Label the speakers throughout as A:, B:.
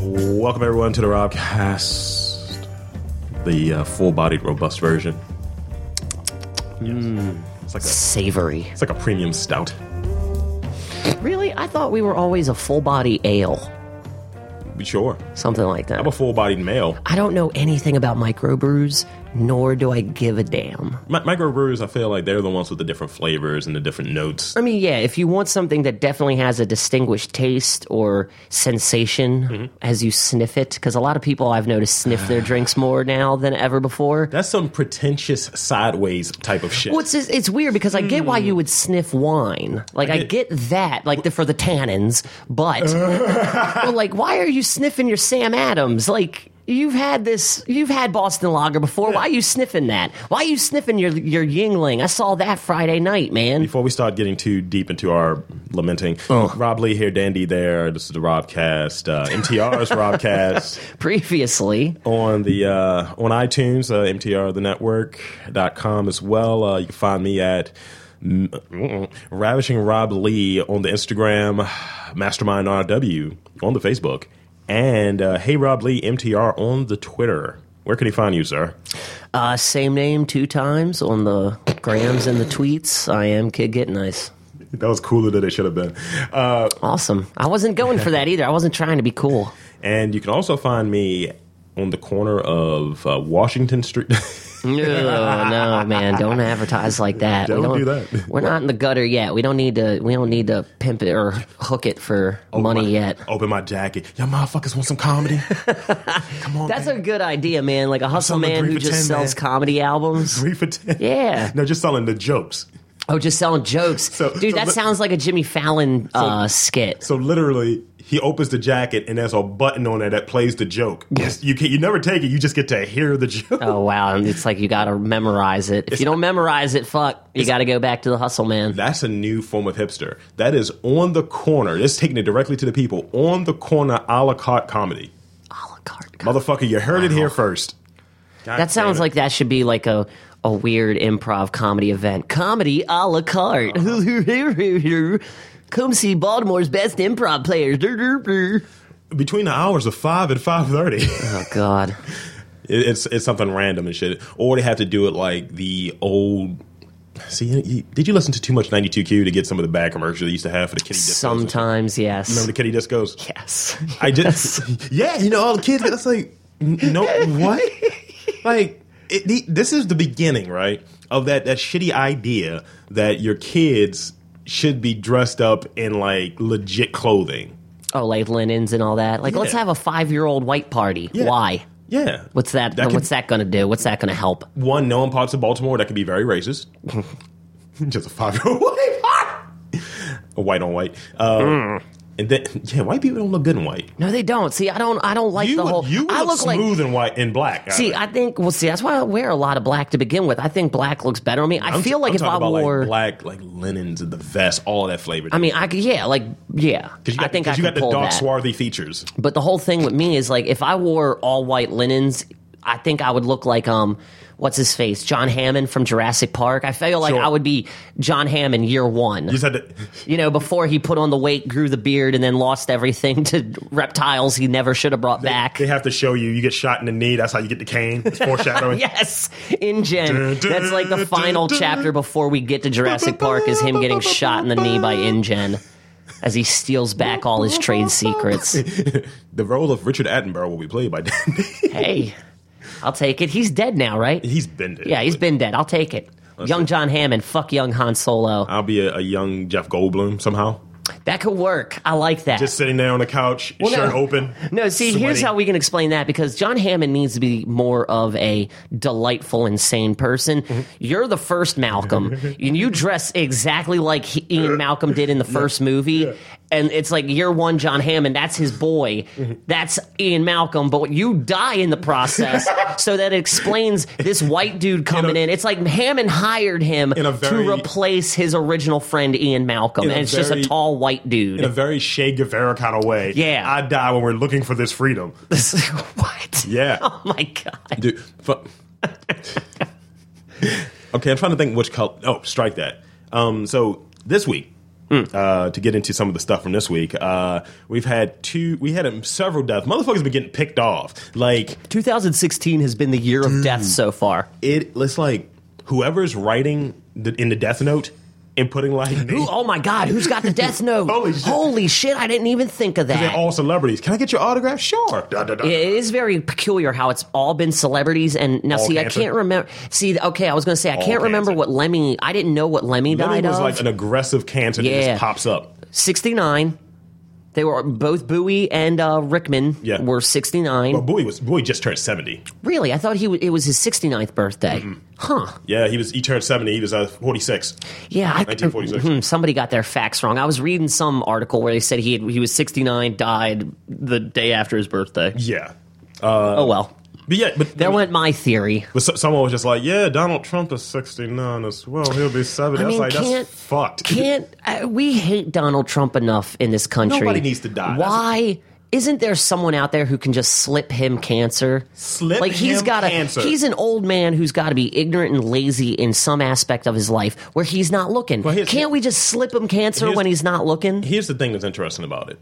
A: Welcome everyone to the Robcast, the uh, full-bodied, robust version. It's like a
B: Savory.
A: it's like a premium stout.
B: Really? I thought we were always a full body ale,
A: Sure,
B: something like that.
A: I'm a full-bodied male.
B: I don't know anything about microbrews, nor do I give a damn.
A: Mi- microbrews, I feel like they're the ones with the different flavors and the different notes.
B: I mean, yeah, if you want something that definitely has a distinguished taste or sensation as you sniff it, because a lot of people I've noticed sniff their drinks more now than ever before.
A: That's some pretentious sideways type of shit.
B: Well, it's, just- it's weird because I get why you would sniff wine. Like, I
A: get-
B: get, that, like, the, for the tannins, but, but, like, why are you sniffing your Sam Adams? Like, you've had this, you've had Boston Lager before. Why are you sniffing that? Why are you sniffing your, your Yingling? I saw that Friday night, man.
A: Before we start getting too deep into our lamenting, Rob Lee here, Dandy there. This is the Robcast, uh, MTR's Robcast.
B: Previously,
A: on the uh, on iTunes, uh, mtrthenetwork.com as well. Uh, you can find me at mm, mm, Ravishing Rob Lee on the Instagram, Mastermind RW on the Facebook, and uh, Hey Rob Lee MTR on the Twitter. Where can he find you, sir?
B: uh, same name two times on the grams and the tweets. I am Kid Get Nice.
A: That was cooler than it should have been.
B: Awesome. I wasn't going for that either. I wasn't trying to be cool.
A: And you can also find me on the corner of uh, Washington Street.
B: No, no, man, don't advertise like that. We
A: Don't do that.
B: We're not in the gutter yet. We don't need to. We don't need to pimp it or hook it for money
A: Oh, My-
B: yet.
A: Open my jacket. Y'all motherfuckers want some comedy? Come on.
B: That's
A: man.
B: a good idea, man. Like a hustle
A: selling
B: man
A: three
B: who
A: for
B: just
A: 10,
B: sells
A: man.
B: comedy albums.
A: three for ten.
B: Yeah.
A: No, just selling the jokes.
B: Oh, just selling jokes,
A: So-
B: dude.
A: so
B: that
A: let-
B: sounds like a Jimmy Fallon uh, skit.
A: So literally, he opens the jacket and there's a button on there that plays the joke. Yes, you can. You never take it. You just get to hear the joke.
B: Oh wow! And it's like you got to memorize it. If you don't memorize it, fuck, you got to go back to the hustle man.
A: That's a new form of hipster. That is on the corner. It's taking it directly to the people. On the corner, a la carte comedy.
B: A la carte.
A: Motherfucker, you heard it here first. God
B: That sounds
A: damn it.
B: like that should be like a, a weird improv comedy event. Comedy a la carte. Come see Baltimore's best improv players.
A: between the hours of five and five thirty.
B: Oh, God.
A: It- it's it's something random and shit. Or they have to do it like the old. See, you- you- did you listen to too much 92Q to get some of the bad commercials they used to have for the Kitty Discos?
B: Sometimes, yes.
A: Remember the Kitty Discos?
B: Yes.
A: I just, yeah, you know, all the kids. That's like, n- no, what? Like, it, the, this is the beginning, right, of that that shitty idea that your kids should be dressed up in like legit clothing.
B: Oh, like linens and all that. Like,
A: Yeah.
B: let's have a five year old white party.
A: Yeah.
B: Why?
A: Yeah,
B: What's that?
A: That could-
B: what's that going to do? What's that going to help?
A: One, knowing parts of Baltimore that can be very racist. just a five year old white, a white on white. Uh,
B: Mm.
A: And then, yeah, white people don't look good in white.
B: No, they don't. See, I don't. I don't like
A: You
B: the
A: look,
B: whole.
A: you
B: I
A: look,
B: look like
A: smooth and white and black.
B: See, I think well. See, that's why I wear a lot of black to begin with. I think black looks better on me. I
A: I'm
B: feel
A: t-
B: like
A: I'm
B: if
A: talking
B: I
A: about, like,
B: wore
A: black, like linens and the vest, all that flavor.
B: I mean, I could, yeah, like, yeah. I think I
A: you
B: could
A: got the
B: pull
A: dark,
B: that.
A: swarthy features.
B: but the whole thing with me is like, if I wore all white linens, I think I would look like um, what's his face, John Hammond from Jurassic Park. I feel like
A: Sure.
B: I would be John Hammond year one.
A: You said that,
B: You know, before he put on the weight, grew the beard, and then lost everything to reptiles he never should have brought back.
A: they have to show you. You get shot in the knee. That's how you get the cane. It's foreshadowing.
B: Yes, in Gen.
A: Dun, dun,
B: That's like the
A: dun,
B: final
A: dun.
B: chapter before we get to Jurassic Park is him getting shot in the knee by InGen as he steals back all his trade secrets.
A: The role of Richard Attenborough will be played by Dan.
B: Hey, I'll take it. He's dead now, right?
A: he's been dead.
B: Yeah, he's been dead. I'll take it. Young John Hammond, fuck young Han Solo.
A: I'll be a, a young Jeff Goldblum somehow,
B: That could work. I like that.
A: just sitting there on the couch, shirt
B: no.
A: open.
B: no, see, here's
A: sweaty.
B: how we can explain that because John Hammond needs to be more of a delightful, insane person.
A: Mm-hmm.
B: You're the first Malcolm, and you dress exactly like he, Ian Malcolm did in the first movie. And it's like year one, John Hammond, that's his boy.
A: Mm-hmm.
B: That's Ian Malcolm, but you die in the process. so that explains this white dude coming in. It's like Hammond hired him
A: In a very-
B: to replace his original friend, Ian Malcolm.
A: In a
B: And it's just a
A: very-
B: tall white dude.
A: in a very Che Guevara kind of way.
B: Yeah.
A: I die when we're looking for this freedom.
B: what?
A: Yeah.
B: Oh my god.
A: Dude, fu- okay, I'm trying to think which color. Oh, strike that. Um, so this week,
B: Hmm.
A: uh, to get into some of the stuff from this week. Uh, we've had two, we had um, several deaths. Motherfuckers been getting picked off. Like
B: 2016 has been the year of death so far.
A: it, it's like whoever's writing the, in the Death Note and putting like
B: Who, oh my God, who's got the death note?
A: Holy shit.
B: Holy shit, I didn't even think of
A: they're
B: that.
A: all celebrities. Can I get your autograph? Sure. Da, da, da.
B: It is very peculiar how it's all been celebrities and now
A: All
B: see
A: cancer.
B: I can't remember see okay I was going to say I can't remember
A: cancer.
B: what Lemmy I didn't know what Lemmy,
A: Lemmy
B: died
A: was
B: of
A: like an aggressive cancer that
B: Yeah.
A: just pops up.
B: 69 they were both Bowie and uh, Rickman
A: Yeah.
B: were 69
A: But Bowie was Bowie just turned seventy.
B: really I thought he w- it was his 69th birthday
A: Mm-hmm.
B: huh
A: Yeah, he was. He turned seventy. He was uh, forty six.
B: Yeah, I,
A: 1946.
B: hmm, somebody got their facts wrong. I was reading some article where they said he had, he was 69, died the day after his birthday.
A: Yeah, Uh,
B: oh well,
A: but yeah, but
B: there went my theory.
A: But so, someone was just like, "Yeah, Donald Trump is sixty nine as well. He'll be 70.
B: I
A: I was
B: mean,
A: like,
B: can't-
A: "That's fucked."
B: Can't uh, we hate Donald Trump enough in this country?
A: Nobody needs to die. That's-
B: Why? Isn't there someone out there who can just slip him cancer?
A: Slip
B: like he's
A: him
B: gotta,
A: cancer.
B: He's an old man who's got to be ignorant and lazy in some aspect of his life where he's not looking.
A: here's-
B: Can't we just slip him cancer
A: here's-
B: when he's not looking?
A: Here's the thing that's interesting about it.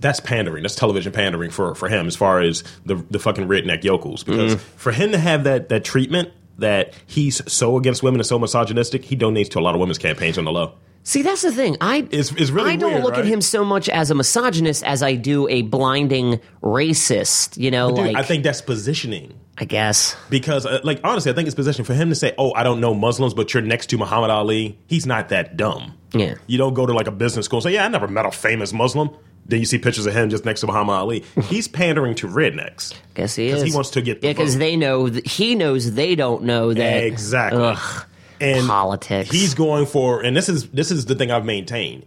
A: That's pandering. That's television pandering for, for him as far as the the fucking redneck yokels. Because
B: Mm-hmm.
A: for him to have that that treatment that he's so against women and so misogynistic, he donates to a lot of women's campaigns on the low.
B: See, that's the thing. I
A: It's- it's really
B: I don't
A: weird,
B: look at
A: right?
B: him so much as a misogynist as I do a blinding racist. You know,
A: Dude,
B: like
A: I think that's positioning.
B: I guess
A: Because, uh, like, honestly, I think it's positioning for him to say, "Oh, I don't know Muslims, but you're next to Muhammad Ali." He's not that dumb.
B: Yeah.
A: You don't go to like a business school and say, "Yeah, I never met a famous Muslim." Then you see pictures of him just next to Muhammad Ali. He's pandering to rednecks.
B: guess he
A: 'Cause
B: is.
A: he wants to get the
B: yeah, because
A: vote.
B: they know th- he knows they don't know that
A: Exactly.
B: Eh, Ugh,
A: and
B: politics.
A: He's going for, and this is this is the thing I've maintained.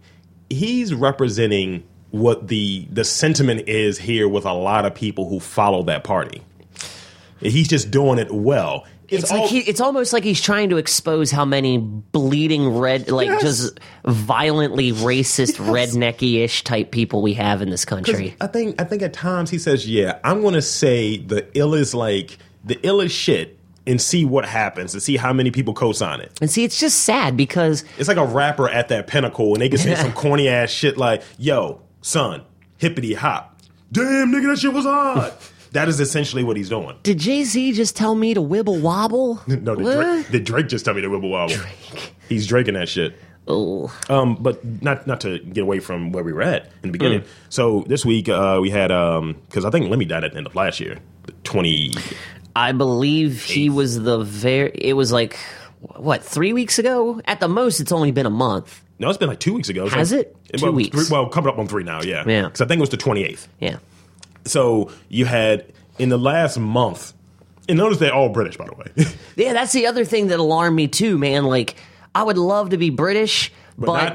A: He's representing what the the sentiment is here with a lot of people who follow that party. He's just doing it well.
B: it's like he, it's almost like he's trying to expose how many bleeding red, like
A: Yes.
B: just violently racist,
A: Yes.
B: rednecky ish type people we have in this country.
A: I think I think at times he says, "Yeah, I'm going to say the illest like the illest shit." And see what happens, and see how many people co-sign it.
B: And see, it's just sad because
A: It's like a rapper at that pinnacle, and they can say some corny ass shit like, "Yo, son, hippity hop." Damn, nigga, that shit was hard. that is essentially what he's doing.
B: did Jay Z just tell me to wibble wobble?
A: No, did Drake, did Drake just tell me to wibble wobble? He's Draking that shit.
B: Oh.
A: Um, but not not to get away from where we were at in the beginning. So this week uh, we had um because I think Lemmy died at the end of last year, twenty.
B: I believe he was the very. It was like what three weeks ago? At the most, it's only been a month.
A: No, it's been like two weeks ago.
B: Has
A: So-
B: it? Two
A: well,
B: weeks.
A: three- well, coming up on three now. Yeah,
B: Yeah.
A: Because I think it was the twenty eighth.
B: Yeah,
A: So you had in the last month, and notice they're all British, by the way.
B: yeah. That's the other thing that alarmed me too, man. Like I would love to be British, but,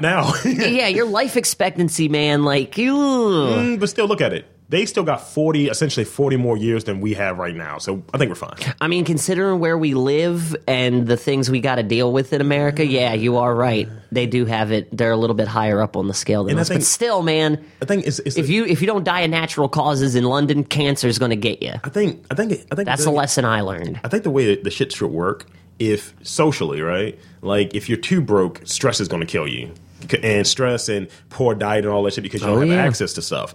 A: Not now.
B: yeah, your life expectancy, man. Like you.
A: Mm, but still, look at it. They still got 40, essentially 40 more years than we have right now. So I think we're fine.
B: I mean, considering where we live and the things we got to deal with in America,
A: Mm.
B: yeah, you are right. They do have it. They're a little bit higher up on the scale than
A: And I
B: us,
A: think-
B: but still, man.
A: I think it's, it's
B: If you if you don't die of natural causes in London, cancer's going to get you.
A: I think I think I think
B: That's the
A: the,
B: lesson I learned.
A: I think the way that the shit should work, if socially, right? Like if you're too broke, stress is going to kill you, C- and stress and poor diet and all that shit because you don't
B: Oh,
A: have
B: yeah.
A: access to stuff.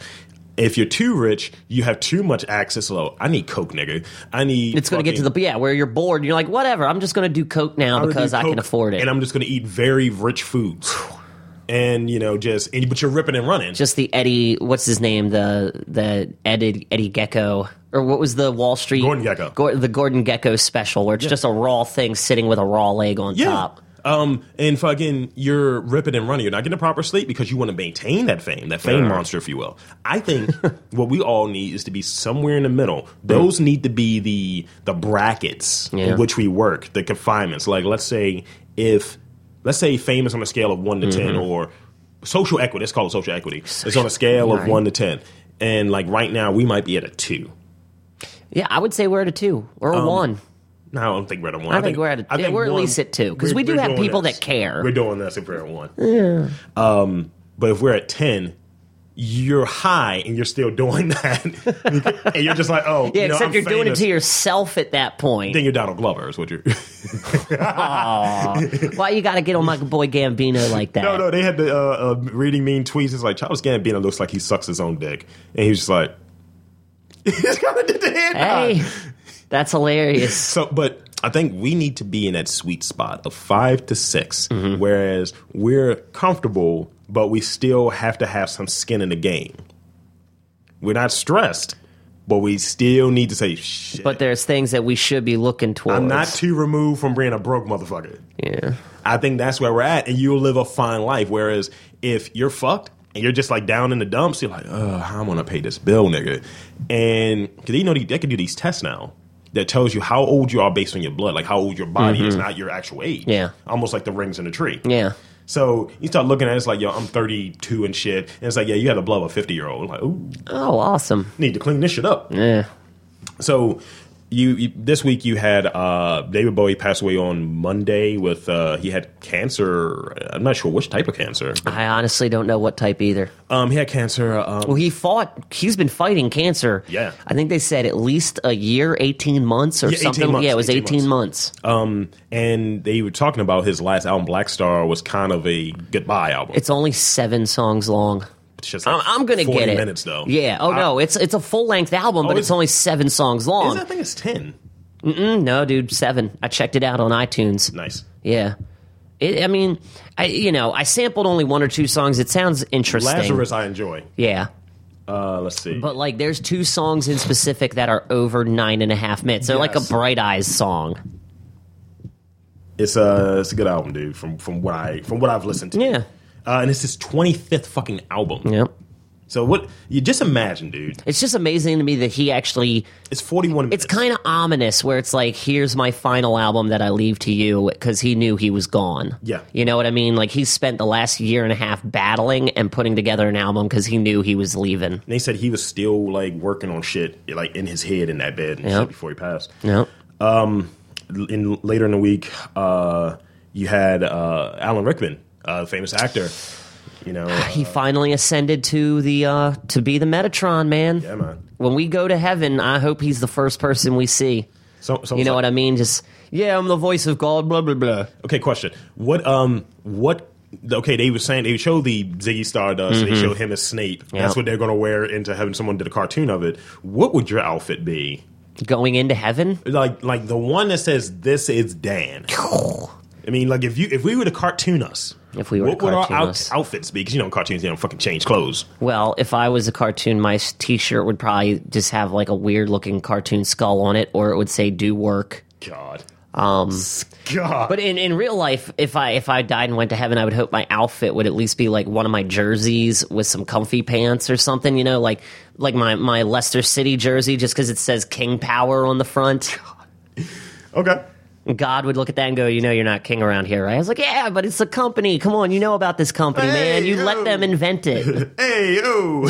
A: If you're too rich, you have too much access. Low, I need coke, nigga. I need.
B: It's going to get to the yeah where you're bored. and You're like, whatever. I'm just going to do coke now
A: I'm gonna
B: because
A: do
B: I can
A: Coke,
B: afford it.
A: and I'm just going to eat very rich foods. And you know, just and, but you're ripping and running.
B: just the Eddie, what's his name? The the Eddie Eddie Gecko or what was the Wall Street
A: Gordon Gekko.
B: Gor- the Gordon Gecko special where it's just a raw thing sitting with a raw leg on top.
A: Um, and fucking, you're ripping and running. You're not getting a proper sleep because you want to maintain that fame, that fame monster, if you will. I think what we all need is to be somewhere in the middle. Those need to be the the brackets
B: Mm. Yeah.
A: in which we work, the confinements. Like, let's say if let's say fame is on a scale of one to
B: Mm-hmm.
A: ten, or social equity. Let's call it social equity. It's on a scale of
B: Right.
A: one to ten, and like right now, we might be at a two.
B: Yeah, I would say we're at a two or
A: Um,
B: a one.
A: No, I don't think we're at a one.
B: I think we're at a- we're at least at two, 'cause
A: we're-
B: we do
A: we're
B: have
A: doing
B: people
A: this.
B: that care.
A: We're doing this if we're at one. Um, but if we're at ten, you're high and you're still doing that, and you're just like, oh,
B: Yeah,
A: you know,
B: except
A: I'm
B: you're doing it
A: famous.
B: to yourself at that point.
A: Then you're Donald Glover, is what you're.
B: Why you got to get on my boy Gambino like that?
A: no, no, they had the uh, uh, reading mean tweets. It's like Childish Gambino looks like he sucks his own dick, and he was just like, he's kind of did the hand nod.
B: Hey, that's hilarious.
A: So, but I think we need to be in that sweet spot of five to 6 whereas we're comfortable, but we still have to have some skin in the game. We're not stressed, but we still need to say, shit.
B: But there's things that we should be looking towards.
A: I'm not too removed from being a broke motherfucker.
B: Yeah.
A: I think that's where we're at, and you'll live a fine life. Whereas if you're fucked and you're just like down in the dumps, you're like, "Ugh, how I'm gonna pay this bill, nigga?" And because you know they, they can do these tests now that tells you how old you are based on your blood, like how old your body is, not your actual age.
B: Mm-hmm. Yeah.
A: almost like the rings in the tree.
B: Yeah.
A: So you start looking at it, it's like, yo, I'm 32 and shit, and it's like, yeah, you had the blood of a 50 year old. Like, ooh,
B: Oh, awesome.
A: need to clean this shit up.
B: Yeah.
A: So you, you this week you had uh, David Bowie passed away on Monday with uh, he had cancer. I'm not sure which type of cancer.
B: I honestly don't know what type either.
A: Um, he had cancer. Um,
B: Well, he fought. He's been fighting cancer.
A: Yeah.
B: I think they said at least a year, eighteen months, or
A: 18
B: something.
A: months,
B: yeah, it was
A: 18
B: eighteen months.
A: um, and they were talking about his last album, Black Star, was kind of a goodbye album.
B: It's only seven songs long.
A: It's just
B: I'm, I'm gonna
A: 40
B: get it.
A: minutes though.
B: Yeah. Oh no, it's it's a full length album, but
A: Oh,
B: it's
A: is-
B: only seven songs
A: Is
B: long.
A: that thing? It's ten.
B: Mm, no, dude, seven. I checked it out on iTunes.
A: Nice.
B: Yeah. It, I mean, I you know, I sampled only one or two songs. It sounds interesting.
A: Lazarus, I enjoy.
B: Yeah.
A: Uh, let's see.
B: But like, there's two songs in specific that are over nine and a half minutes. They're like a
A: Yes.
B: Bright Eyes song.
A: it's a it's a good album, dude. From from what I from what I've listened to.
B: Yeah.
A: Uh, and it's his 25th fucking album.
B: Yep.
A: So what? You just imagine, dude.
B: It's just amazing to me that he actually.
A: It's 41 minutes.
B: It's kind of ominous where it's like, here's my final album that I leave to you because he knew he was gone.
A: Yeah.
B: You know what I mean? Like, he spent the last year and a half battling and putting together an album because he knew he was leaving.
A: And they said he was still like working on shit, like in his head in that bed and
B: Yeah.
A: shit before he passed.
B: Yep.
A: L- In later in the week, uh, you had uh, Alan Rickman, uh, famous actor. You know, uh,
B: He finally ascended to the uh to be the Metatron man.
A: yeah, man.
B: When we go to heaven, I hope he's the first person we see.
A: So, so
B: You know
A: like,
B: what I mean? Just yeah, I'm the voice of God. Blah blah blah.
A: Okay, question. What? Um, what? Okay, they were saying they showed the Ziggy Stardust.
B: Mm-hmm.
A: They showed him as Snape. That's what they're going to wear into heaven. Someone did a cartoon of it. What would your outfit be?
B: Going into heaven.
A: Like, like the one that says "This is Dan." I mean, like if you if we were to cartoon us,
B: If we were
A: what
B: to
A: would our
B: cartoon
A: out-
B: us.
A: outfits be? Because you know, in cartoons they don't fucking change clothes.
B: Well, if I was a cartoon, my s- T-shirt would probably just have like a weird looking cartoon skull on it, or it would say "Do work."
A: God,
B: Um,
A: God.
B: but in, in real life, if I if I died and went to heaven, I would hope my outfit would at least be like one of my jerseys with some comfy pants or something. You know, like like my my Leicester City jersey, just because it says King Power on the front.
A: okay,
B: God would look at that and go, "You know, you're not king around here, right?" I was like, "Yeah, but it's a company. Come on, you know about this company, man.
A: Hey,
B: You
A: yo.
B: let them invent it."
A: hey, oh,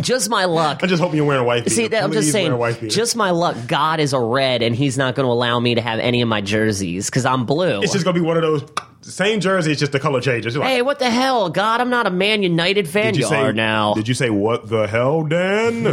B: just my luck.
A: I just hope you're wearing a white. Beater.
B: See, that, I'm just
A: Please wear a white
B: saying,
A: beater.
B: just my luck. God is a red, and He's not going to allow me to have any of my jerseys because I'm blue.
A: it's just gonna be one of those same jersey. It's just the color changes. You're like,
B: hey, what the hell, God? I'm not a Man United fan.
A: did you say
B: are now.
A: Did you say what the hell, Dan?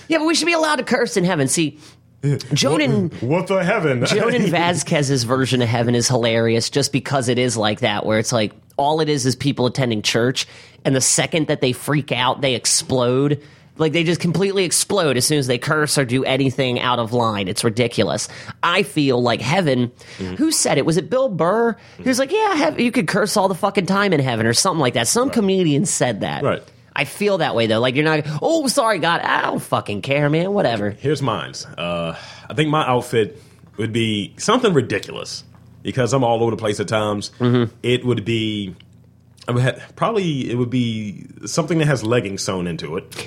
B: yeah, but we should be allowed to curse in heaven. See, Jonan.
A: what the heaven?
B: Jonan Vasquez's version of heaven is hilarious just because it is like that, where it's like all it is is people attending church, and the second that they freak out, they explode. Like they just completely explode as soon as they curse or do anything out of line. It's ridiculous. I feel like heaven. Who said it? Was it Bill Burr? He was like, "Yeah, heav- you could curse all the fucking time in heaven" or something like that. Some comedian said that.
A: Right.
B: I feel that way though. Like you're not. Oh, sorry, God. I don't fucking care, man. Whatever.
A: Here's mine. Uh, I think my outfit would be something ridiculous because I'm all over the place at times.
B: Mm-hmm.
A: It would be. I would ha- probably it would be something that has leggings sewn into it.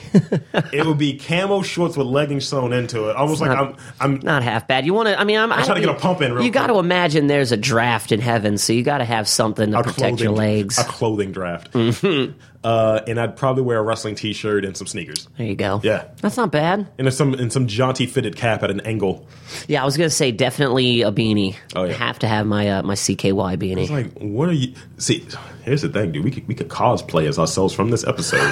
A: it would be camo shorts with leggings sewn into it, almost like
B: not-
A: I'm. I'm
B: Not half bad. You want to? I mean, I'm, I'm
A: trying to get a pump in real
B: you
A: quick.
B: got to imagine there's a draft in heaven, so you got to have something to
A: a
B: protect your
A: clothing-
B: legs. Mm-hmm.
A: A clothing draft. uh, and I'd probably wear a wrestling T-shirt and some sneakers.
B: There you go.
A: Yeah.
B: That's not bad.
A: And there's some and some jaunty fitted cap at an angle.
B: Yeah, I was gonna say definitely a beanie.
A: Oh, yeah.
B: I have to have my uh, my CKY
A: It's
B: beanie.
A: like, what are you? See, here's the thing, dude. We could we could cosplay as ourselves from this episode.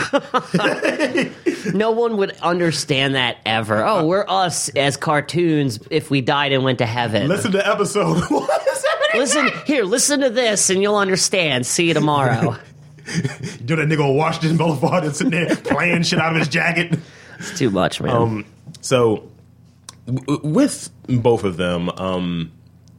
B: No one would understand that ever.
A: Uh,
B: Oh, we're us as cartoons if we died and went to heaven.
A: Listen to episode. What is happening?
B: Listen here, listen to this, and you'll understand. See you tomorrow.
A: Do that nigga on Washington Boulevard and sitting there playing shit out of his jacket.
B: it's too much, man.
A: Um, So, w- with both of them, um,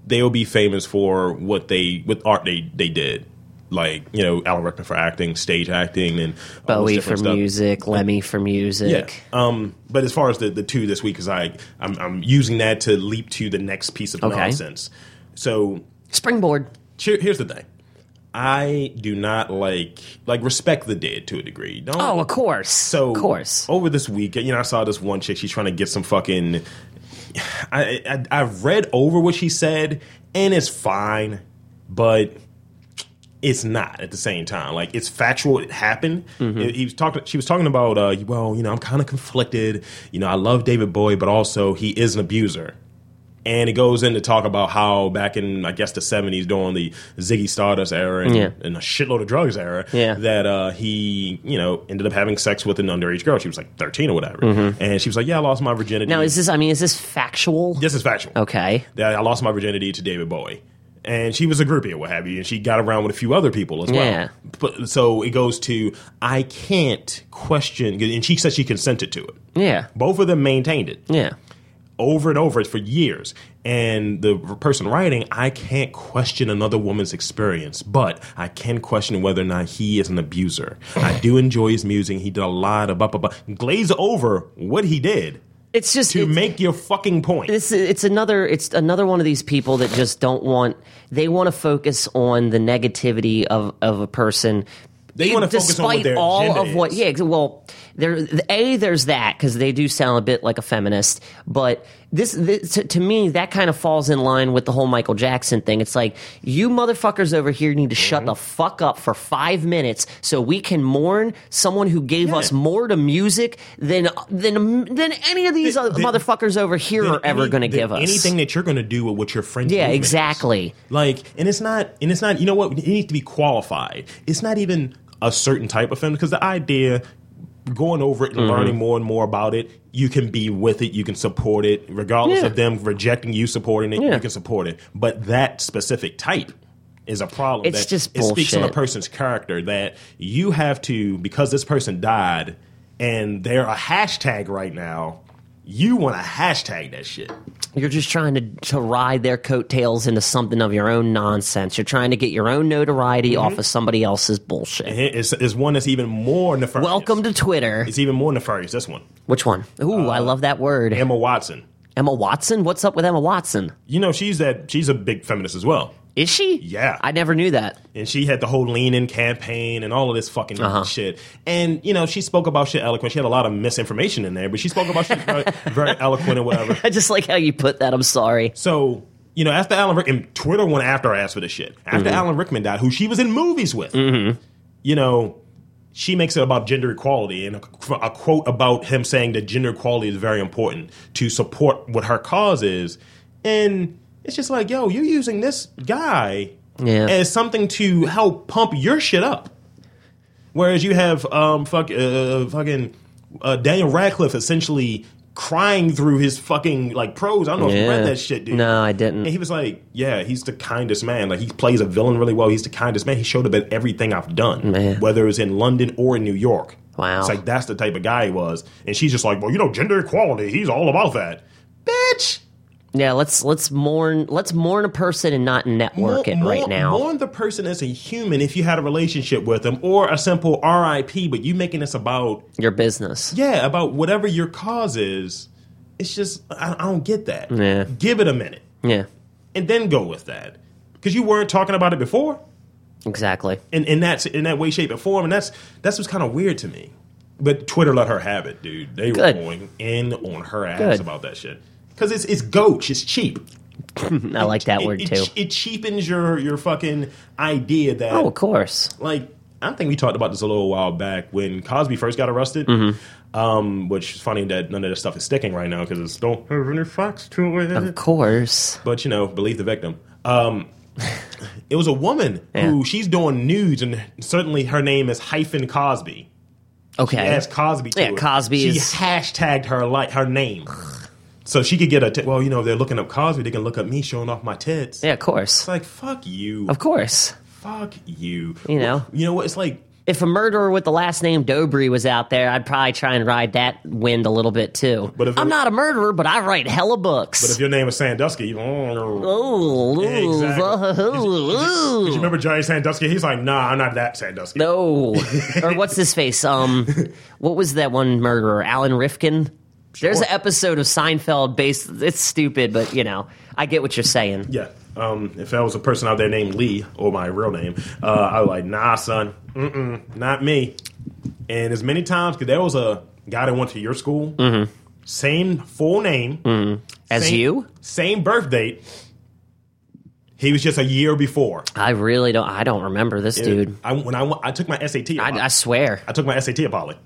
A: they will be famous for what they with art they they did. Like you know, Alan Rickman for acting, stage acting, and all this
B: Bowie for
A: different stuff.
B: music, Lemmy for
A: Yeah.
B: music.
A: Um, but as far as the, the two this week, because I I'm, I'm using that to leap to the next piece of
B: Okay.
A: nonsense. So
B: Springboard.
A: here, here's the thing. I do not like like respect the dead to a degree. Don't
B: Oh, of course.
A: so
B: of course.
A: over this week, you know, I saw this one chick. She's trying to get some fucking. I I, I read over what she said, and it's fine, but it's not at the same time. Like it's factual. It happened.
B: Mm-hmm.
A: He was talking. She was talking about. Uh, well, you know, I'm kind of conflicted. You know, I love David Bowie, but also he is an abuser. And it goes in to talk about how back in I guess the '70s during the Ziggy Stardust era and,
B: Yeah.
A: and a shitload of drugs era,
B: Yeah.
A: that uh, he you know ended up having sex with an underage girl. She was like 13 or whatever, and she was like, "Yeah, I lost my virginity."
B: Mm-hmm. Now, is this? I mean, is this factual?
A: this is factual?
B: Okay.
A: that I lost my virginity to David Bowie. And she was a groupie or what have you, and she got around with a few other people as well.
B: Yeah.
A: But, so it goes to I can't question, and she said she consented to it.
B: Yeah.
A: Both of them maintained it
B: Yeah.
A: over and over for years. And the person writing, I can't question another woman's experience, but I can question whether or not he is an abuser. I do enjoy his music. He did a lot of blah, blah, blah. Glaze over what he did
B: It's just
A: to
B: it's-
A: make your fucking point.
B: This it's another it's another one of these people that just don't want they want to focus on the negativity of of a person.
A: They wanna focus on
B: despite
A: what their
B: all
A: agenda
B: of what
A: is.
B: yeah well there a there's that because they do sound a bit like a feminist but this, this to, to me that kind of falls in line with the whole Michael Jackson thing it's like you motherfuckers over here need to
A: Mm-hmm.
B: shut the fuck up for five minutes so we can mourn someone who gave us more to music than than than any of these other
A: than-
B: motherfuckers over here
A: Than
B: are ever
A: any-
B: going to
A: than
B: give us
A: anything that you're going to do with what your friends.
B: Yeah,
A: movement is.
B: exactly.
A: Like, and it's not, and it's not. You know what? It needs to be qualified. It's not even a certain type of film because the idea, going over it
B: Mm-hmm.
A: and learning more and more about it, you can be with it, you can support it, regardless
B: Yeah.
A: of them rejecting you, supporting it,
B: Yeah.
A: you can support it. But that specific type. Is a problem.
B: It's
A: that
B: just
A: it speaks on a
B: bullshit.
A: person's character that you have to because this person died and they're a hashtag right now. You want to hashtag that shit.
B: You're just trying to, to ride their coattails into something of your own nonsense. You're trying to get your own notoriety
A: Mm-hmm.
B: off of somebody else's bullshit.
A: It's, it's one that's even more nefarious.
B: Welcome to Twitter.
A: It's even more nefarious. This one,
B: Which one?
A: Uh,
B: Ooh, I love that word.
A: Emma Watson.
B: Emma Watson? What's up with Emma Watson?
A: You know she's that she's a big feminist as well,
B: Is she?
A: Yeah.
B: I never knew that.
A: and she had the whole lean in campaign and all of this fucking shit. And you know she spoke about shit eloquent. She had a lot of misinformation in there, but she spoke about shit very, very eloquent and whatever.
B: I just like how you put that. I'm sorry.
A: So, you know, after Alan Rickman, and Twitter went after her ass for this shit. After
B: Mm-hmm.
A: Alan Rickman died, who she was in movies with, you know, she makes it about gender equality and a, a quote about him saying that gender equality is very important to support what her cause is. And it's just like, yo, you're using this guy
B: Yeah.
A: as something to help pump your shit up. Whereas you have um fuck uh, fucking uh, Daniel Radcliffe essentially crying through his fucking like prose. I don't know if you
B: Yeah.
A: read that shit, dude.
B: No, I
A: And
B: didn't.
A: he was like, "Yeah, he's the kindest man. Like he plays a villain really well. He's the kindest man. He showed up at everything I've done,
B: Man.
A: whether it was in London or in New York.
B: Wow.
A: it's like that's the type of guy he was." And she's just like, "Well, you know, gender equality. He's all about that, bitch."
B: Yeah, let's let's mourn let's mourn a person and not network it
A: Mourn-
B: right
A: mourn-
B: now.
A: Mourn the person as a human if you had a relationship with them, or a simple R.I.P. But you making this about
B: Your business.
A: yeah about whatever your cause is. It's just I, I don't get that.
B: Yeah.
A: Give it a minute
B: Yeah.
A: and then go with that because you weren't talking about it before.
B: Exactly.
A: in, in that in that way, shape, or form, and that's that's what's kind of weird to me. But Twitter let her have it, dude. They
B: Good.
A: were going in on her ass
B: Good.
A: about that shit because it's it's gauche, it's cheap.
B: I like that
A: it,
B: word
A: it,
B: too.
A: It cheapens your your fucking idea that
B: Oh, of course.
A: like. I think we talked about this a little while back when Cosby first got arrested.
B: Mm-hmm.
A: Um, which is funny that none of this stuff is sticking right now because it's don't have any facts to it
B: Of course.
A: but you know, believe the victim. Um, it was a woman
B: Yeah.
A: who she's doing nudes, and certainly her name is hyphen Cosby.
B: Okay.
A: As Cosby, to
B: Yeah,
A: it.
B: Cosby
A: She
B: is-
A: hashtagged her like her name, so she could get a t- well. You know, if they're looking up Cosby. They can look up me showing off my tits.
B: yeah, of course.
A: It's like fuck you,
B: Of course.
A: fuck you.
B: You know.
A: you know what? It's like
B: If a murderer with the last name Dobry was out there, I'd probably try and ride that wind a little bit too.
A: But if it
B: I'm
A: was-
B: not a murderer, but I write hella books.
A: if your name was Sandusky. you- oh,
B: Ooh,
A: Yeah,
B: ooh,
A: exactly.
B: ooh,
A: Did you remember Johnny Sandusky? He's like, nah, I'm not that Sandusky.
B: No. or what's his face? Um, what was that one murderer? Alan Rifkin. There's an episode of Seinfeld based. It's stupid, but you know, I get what you're saying.
A: Yeah. Um, if that was a person out there named Lee or my real name, uh, I was like, nah, son, mm-mm, not me. And as many times, because there was a guy that went to your school, same full name,
B: Mm-hmm. As
A: same-
B: you,
A: same birth date. He was just a year before.
B: I really don't. I don't remember this dude.
A: I, when I, went- I took my SAT, at Poly.
B: I, Mm-hmm. I swear.
A: I took my SAT at Poly,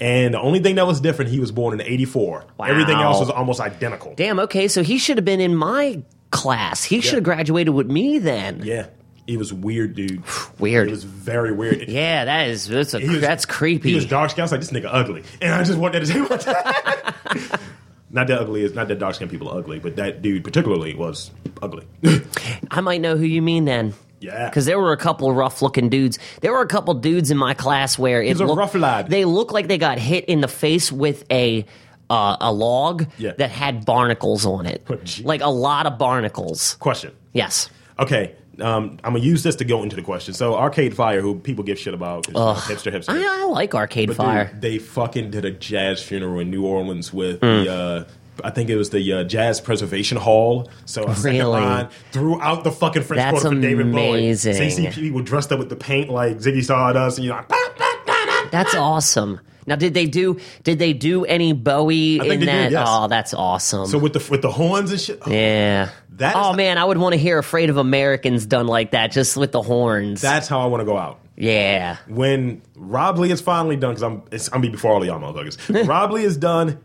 A: and the only thing that was different, he was born in '84. Everything
B: Wow.
A: else was almost identical.
B: Damn. Okay, so he should have been in my class. He should have graduated with me then.
A: Yeah, he was weird, dude.
B: Weird.
A: It was very weird.
B: yeah, that is. That's a,
A: He was-
B: that's creepy.
A: He was dark skinned. I was like, this nigga ugly. And I just wanted to say Not that ugly is not that dark skinned people are ugly, but that dude particularly was ugly.
B: I might know who you mean then.
A: Yeah.
B: Because there were a couple rough looking dudes. There were a couple dudes in my class where it
A: was a
B: looked,
A: rough lad.
B: They looked like they got hit in the face with a uh, a log
A: Yeah.
B: that had barnacles on it.
A: Oh, gee.
B: like a lot of barnacles.
A: question.
B: Yes.
A: Okay. Um, I'm gonna use this to go into the question. So Arcade Fire, who people give shit about, is hipster hipster.
B: I, I like Arcade
A: But dude,
B: Fire.
A: they fucking did a jazz funeral in New Orleans with
B: Mm.
A: the. Uh, I think it was the uh, Jazz Preservation Hall. So a second
B: Really?
A: line throughout the fucking French
B: That's
A: Quarter for David Bowie.
B: amazing.
A: CCP people dressed up with the paint like Ziggy Stardust, and you're like, "Bah, bah, bah, bah."
B: That's awesome. Now, did they do did they do any Bowie
A: think
B: in
A: they did,
B: that?
A: yes.
B: Oh, that's awesome.
A: So with the with the horns and shit, oh,
B: yeah.
A: That
B: oh
A: is-
B: man, I would want to hear "Afraid of Americans" done like that, just with the horns.
A: that's how I want to go out.
B: yeah.
A: When Rob Lee is finally done, because I'm it's, I'm gonna be before all of y'all motherfuckers. Rob Lee is done.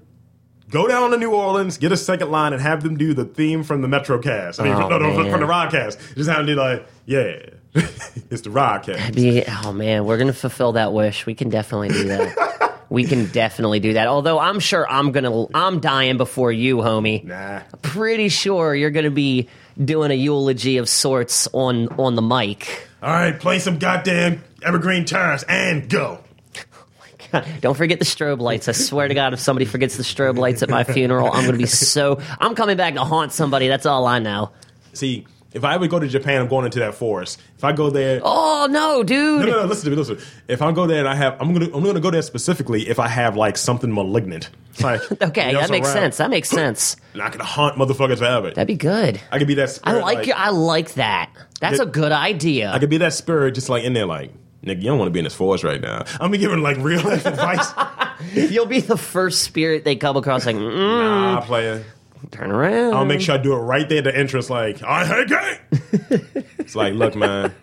A: Go down to New Orleans, get a second line, and have them do the theme from the Metrocast. I mean,
B: Oh,
A: no, no,
B: man.
A: from the Rodcast. Just have them do like, yeah, it's the Rodcast.
B: Be- oh man, we're gonna fulfill that wish. We can definitely do that. we can definitely do that. Although I'm sure I'm gonna I'm dying before you, homie.
A: Nah,
B: Pretty sure you're gonna be doing a eulogy of sorts on on the mic.
A: all right, play some goddamn Evergreen Terrace and go.
B: Don't forget the strobe lights. I swear to God, if somebody forgets the strobe lights at my funeral, I'm gonna be so I'm coming back to haunt somebody. That's all I know.
A: See, if I ever go to Japan, I'm going into that forest. If I go there,
B: Oh no, dude.
A: No, no, no, listen to me, listen. If I go there and I have, I'm gonna, I'm gonna go there specifically if I have like something malignant. It's Like,
B: Okay,
A: you know,
B: that makes
A: around.
B: sense. That makes sense.
A: And I can haunt motherfuckers forever.
B: That'd be good.
A: I could be that.
B: I
A: Spirit,
B: like your, I like that. That's a good idea.
A: I could be that spirit, just like in there, like nigga, you don't want to be in this forest right now. I'm gonna give him like real life advice.
B: You'll be the first spirit they come across, like, mm,
A: nah, player.
B: turn around.
A: I'll make sure I do it right there at the entrance. Like, I hate gay. it's like, look, man.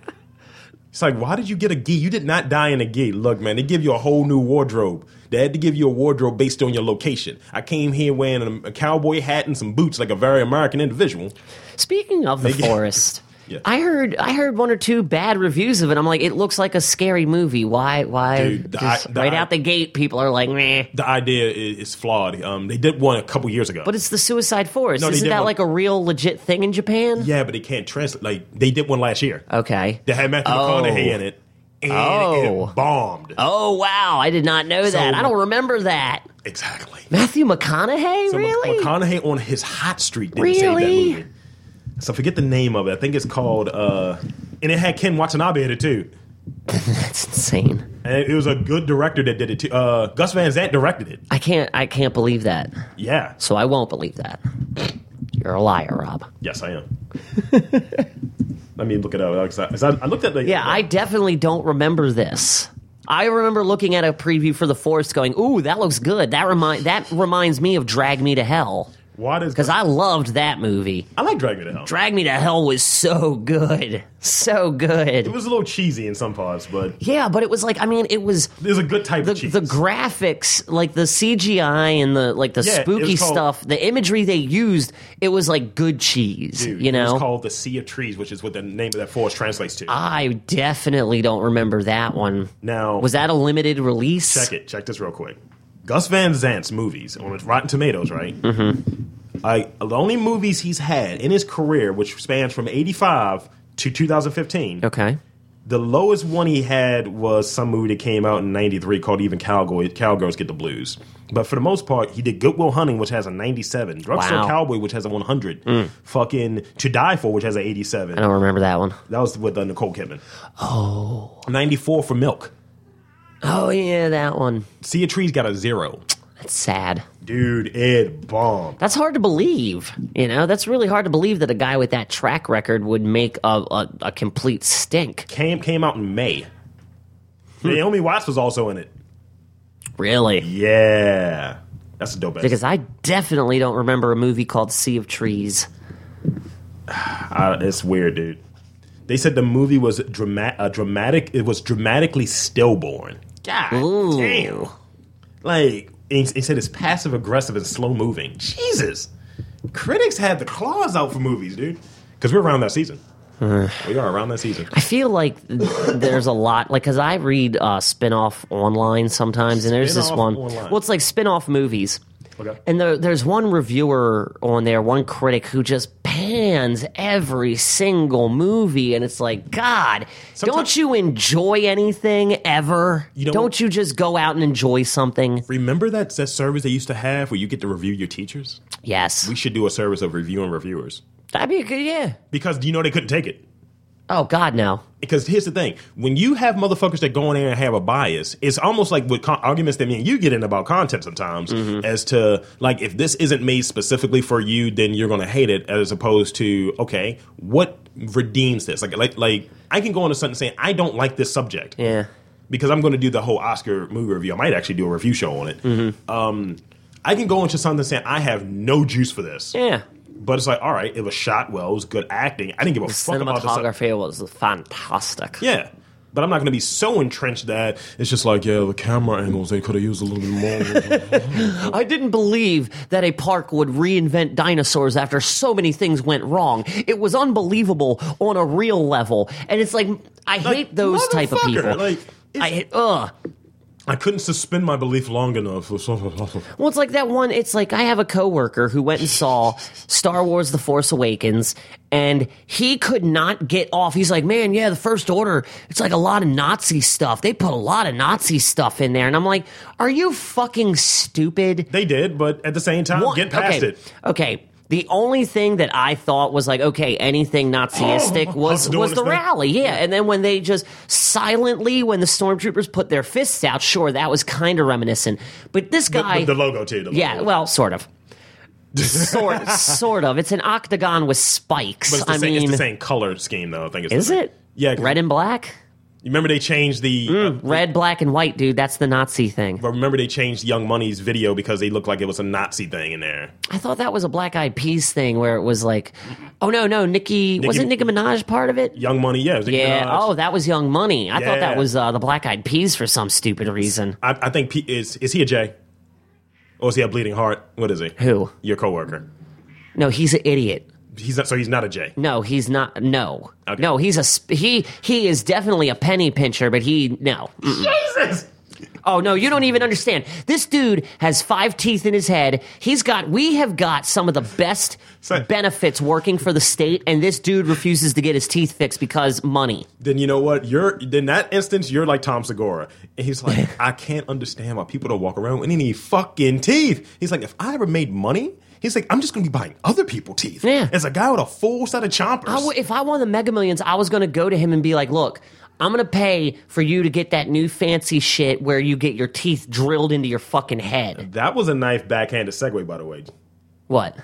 A: It's like, why did you get a gi? You did not die in a gi. Look, man, they give you a whole new wardrobe. They had to give you a wardrobe based on your location. I came here wearing a, a cowboy hat and some boots, like a very American individual.
B: Speaking of the
A: Make it-
B: forest,
A: Yeah.
B: I heard I heard one or two bad reviews of it. I'm like, it looks like a scary movie. Why? Why?
A: Dude, the
B: just
A: eye- the
B: right
A: eye-
B: out the gate, people are like, meh.
A: The idea is, is flawed. Um, they did one a couple years ago.
B: But it's the Suicide Forest.
A: No, they
B: Isn't
A: did
B: that
A: one-
B: like a real legit thing in Japan?
A: yeah, but they can't translate. Like they did one last year.
B: Okay.
A: They had Matthew
B: Oh.
A: McConaughey in it, and
B: Oh.
A: it bombed.
B: Oh wow! I did not know that. I don't remember that.
A: Exactly.
B: Matthew McConaughey,
A: So Mc-
B: really?
A: McConaughey on his hot streak didn't
B: Really?
A: save that movie. So forget the name of it. I think it's called, uh, and it had Ken Watanabe in it too.
B: That's insane.
A: And it was a good director that did it too. Uh, Gus Van Zant directed it.
B: I can't. I can't believe that.
A: Yeah.
B: So I won't believe that. You're a liar, Rob.
A: Yes, I am. Let me look it up. 'cause I, 'cause I, I looked at the
B: Yeah, I definitely don't remember this. I remember looking at a preview for The Forest going, "Ooh, that looks good. That remind that reminds me of Drag Me to Hell."
A: Why does
B: because I loved that movie.
A: I like Drag Me to Hell?
B: Drag Me to Hell was so good, so
A: it
B: good.
A: was a little cheesy in some parts, but
B: Yeah, but it was like I mean, it was
A: it was a good type
B: the,
A: of cheese.
B: the graphics, like the CGI and the like the
A: Yeah, it
B: spooky
A: was called-
B: stuff, the imagery they used, it was like good cheese,
A: Dude,
B: you
A: it was
B: know.
A: called the Sea of Trees, which is what the name of that forest translates to.
B: I definitely don't remember that one.
A: now,
B: Was that a limited release?
A: check it? Check this real quick. Gus Van Zant's movies on Rotten Tomatoes, right? Mm-hmm. I the only movies he's had in his career, which spans from '85 to 2015,
B: Okay.
A: the lowest one he had was some movie that came out in 93 called even cowboy cowgirls get the blues but for the most part he did goodwill hunting which has a 97 drugstore
B: Wow.
A: cowboy which has a 100 fucking to die for which has a 87
B: I don't remember that one.
A: that was with uh, nicole kidman oh 94 for milk
B: Oh yeah, that one.
A: sea of trees got a zero
B: That's sad.
A: dude it bombed
B: That's hard to believe. You know, that's really hard to believe that a guy with that track record would make a, a, a complete stink.
A: came came out in may naomi watts was also in it
B: Really.
A: yeah that's a dope ass.
B: Because I definitely don't remember a movie called Sea of Trees.
A: I, it's weird, dude. They said the movie was dramatic. Uh, dramatic. It was dramatically stillborn. God
B: Ooh.
A: damn! Like it, it said, it's passive aggressive and slow moving. Jesus, critics had the claws out for movies, dude. Because we're around that season. we are around that season.
B: I feel like th- there's a lot, like, because I read uh, spin off online sometimes, and there's this
A: Spin-off
B: one.
A: online.
B: Well, it's like spin off movies.
A: Okay.
B: And there, there's one reviewer on there, one critic who just pans every single movie, and it's like, God,
A: Sometime-
B: don't you enjoy anything ever?
A: You know-
B: don't you just go out and enjoy something?
A: Remember that that service they used to have where you get to review your teachers?
B: Yes,
A: We should do a service of reviewing reviewers
B: that'd be a good yeah.
A: because you know they couldn't take it.
B: Oh God, no.
A: Because here's the thing: when you have motherfuckers that go in there and have a bias, it's almost like with con- arguments that me and you get in about content sometimes,
B: Mm-hmm.
A: as to like if this isn't made specifically for you, then you're going to hate it. As opposed to okay, what redeems this? Like like like I can go into something saying I don't like this subject
B: Yeah,
A: because I'm going to do the whole Oscar movie review. I might actually do a review show on it.
B: Mm-hmm.
A: Um, I can go into something saying I have no juice for this,
B: yeah.
A: but it's like all right, it was shot well, it was good acting. I didn't give a fuck about the sub-
B: Cinematography was fantastic.
A: yeah. But I'm not going to be so entrenched that it's just like, yeah, the camera angles, they could have used a little bit more.
B: I didn't believe that a park would reinvent dinosaurs after so many things went wrong. It was unbelievable on a real level, and it's like I hate those type of
A: motherfucker,
B: people.
A: like,
B: I hate, ugh.
A: I couldn't suspend my belief long enough. or something.
B: Well, it's like that one. It's like I have a coworker who went and saw Star Wars: The Force Awakens, and he could not get off. He's like, "Man, yeah, the First Order. It's like a lot of Nazi stuff. They put a lot of Nazi stuff in there." And I'm like, "Are you fucking stupid?"
A: they did, but at the same time,
B: One-
A: get past
B: okay,
A: it.
B: Okay. The only thing that I thought was like, okay, anything Naziistic
A: I was
B: was
A: doing
B: was
A: this
B: the
A: thing.
B: rally, yeah. And then when they just silently, when the stormtroopers put their fists out, sure, that was kind of reminiscent. But this
A: The,
B: guy,
A: the logo, too. The
B: yeah,
A: logo.
B: well, sort of, sort sort of. It's an octagon with spikes.
A: But it's the,
B: I
A: same,
B: mean,
A: it's the same color scheme, though. I think it's the
B: is
A: same.
B: it?
A: Yeah. 'cause
B: red and black,
A: you remember they changed the. uh,
B: red, black, and white, dude. That's the Nazi thing.
A: but remember they changed Young Money's video because they looked like it was a Nazi thing in there.
B: I thought that was a Black Eyed Peas thing where it was like, oh no, no, Nicki, wasn't Nicki Minaj part of it?
A: Young Money, yeah. it was Nicki
B: Yeah.
A: Minaj.
B: Oh, that was Young Money. I thought that
A: Yeah.
B: was uh, the Black Eyed Peas for some stupid reason.
A: I, I think P, is is he a J? Or is he a bleeding heart? What is he?
B: Who?
A: Your coworker.
B: No, he's an idiot.
A: He's not. So he's not a J.
B: No, he's not. No.
A: Okay.
B: No, he's a sp- he. He is definitely a penny pincher, but he no. Mm.
A: Jesus.
B: Oh no, you don't even understand. This dude has five teeth in his head. He's got. We have got some of the best
A: So-
B: benefits working for the state, and this dude refuses to get his teeth fixed because money.
A: Then you know what? You're in that instance. You're like Tom Segura, and he's like, I can't understand why people don't walk around with any fucking teeth. He's like, if I ever made money, he's like, I'm just gonna be buying other people teeth.
B: Yeah.
A: As a guy with a full set of chompers.
B: I w- if I won the Mega Millions, I was going to go to him and be like, "Look, I'm going to pay for you to get that new fancy shit where you get your teeth drilled into your fucking head."
A: that was a knife backhanded segue, by the way.
B: What?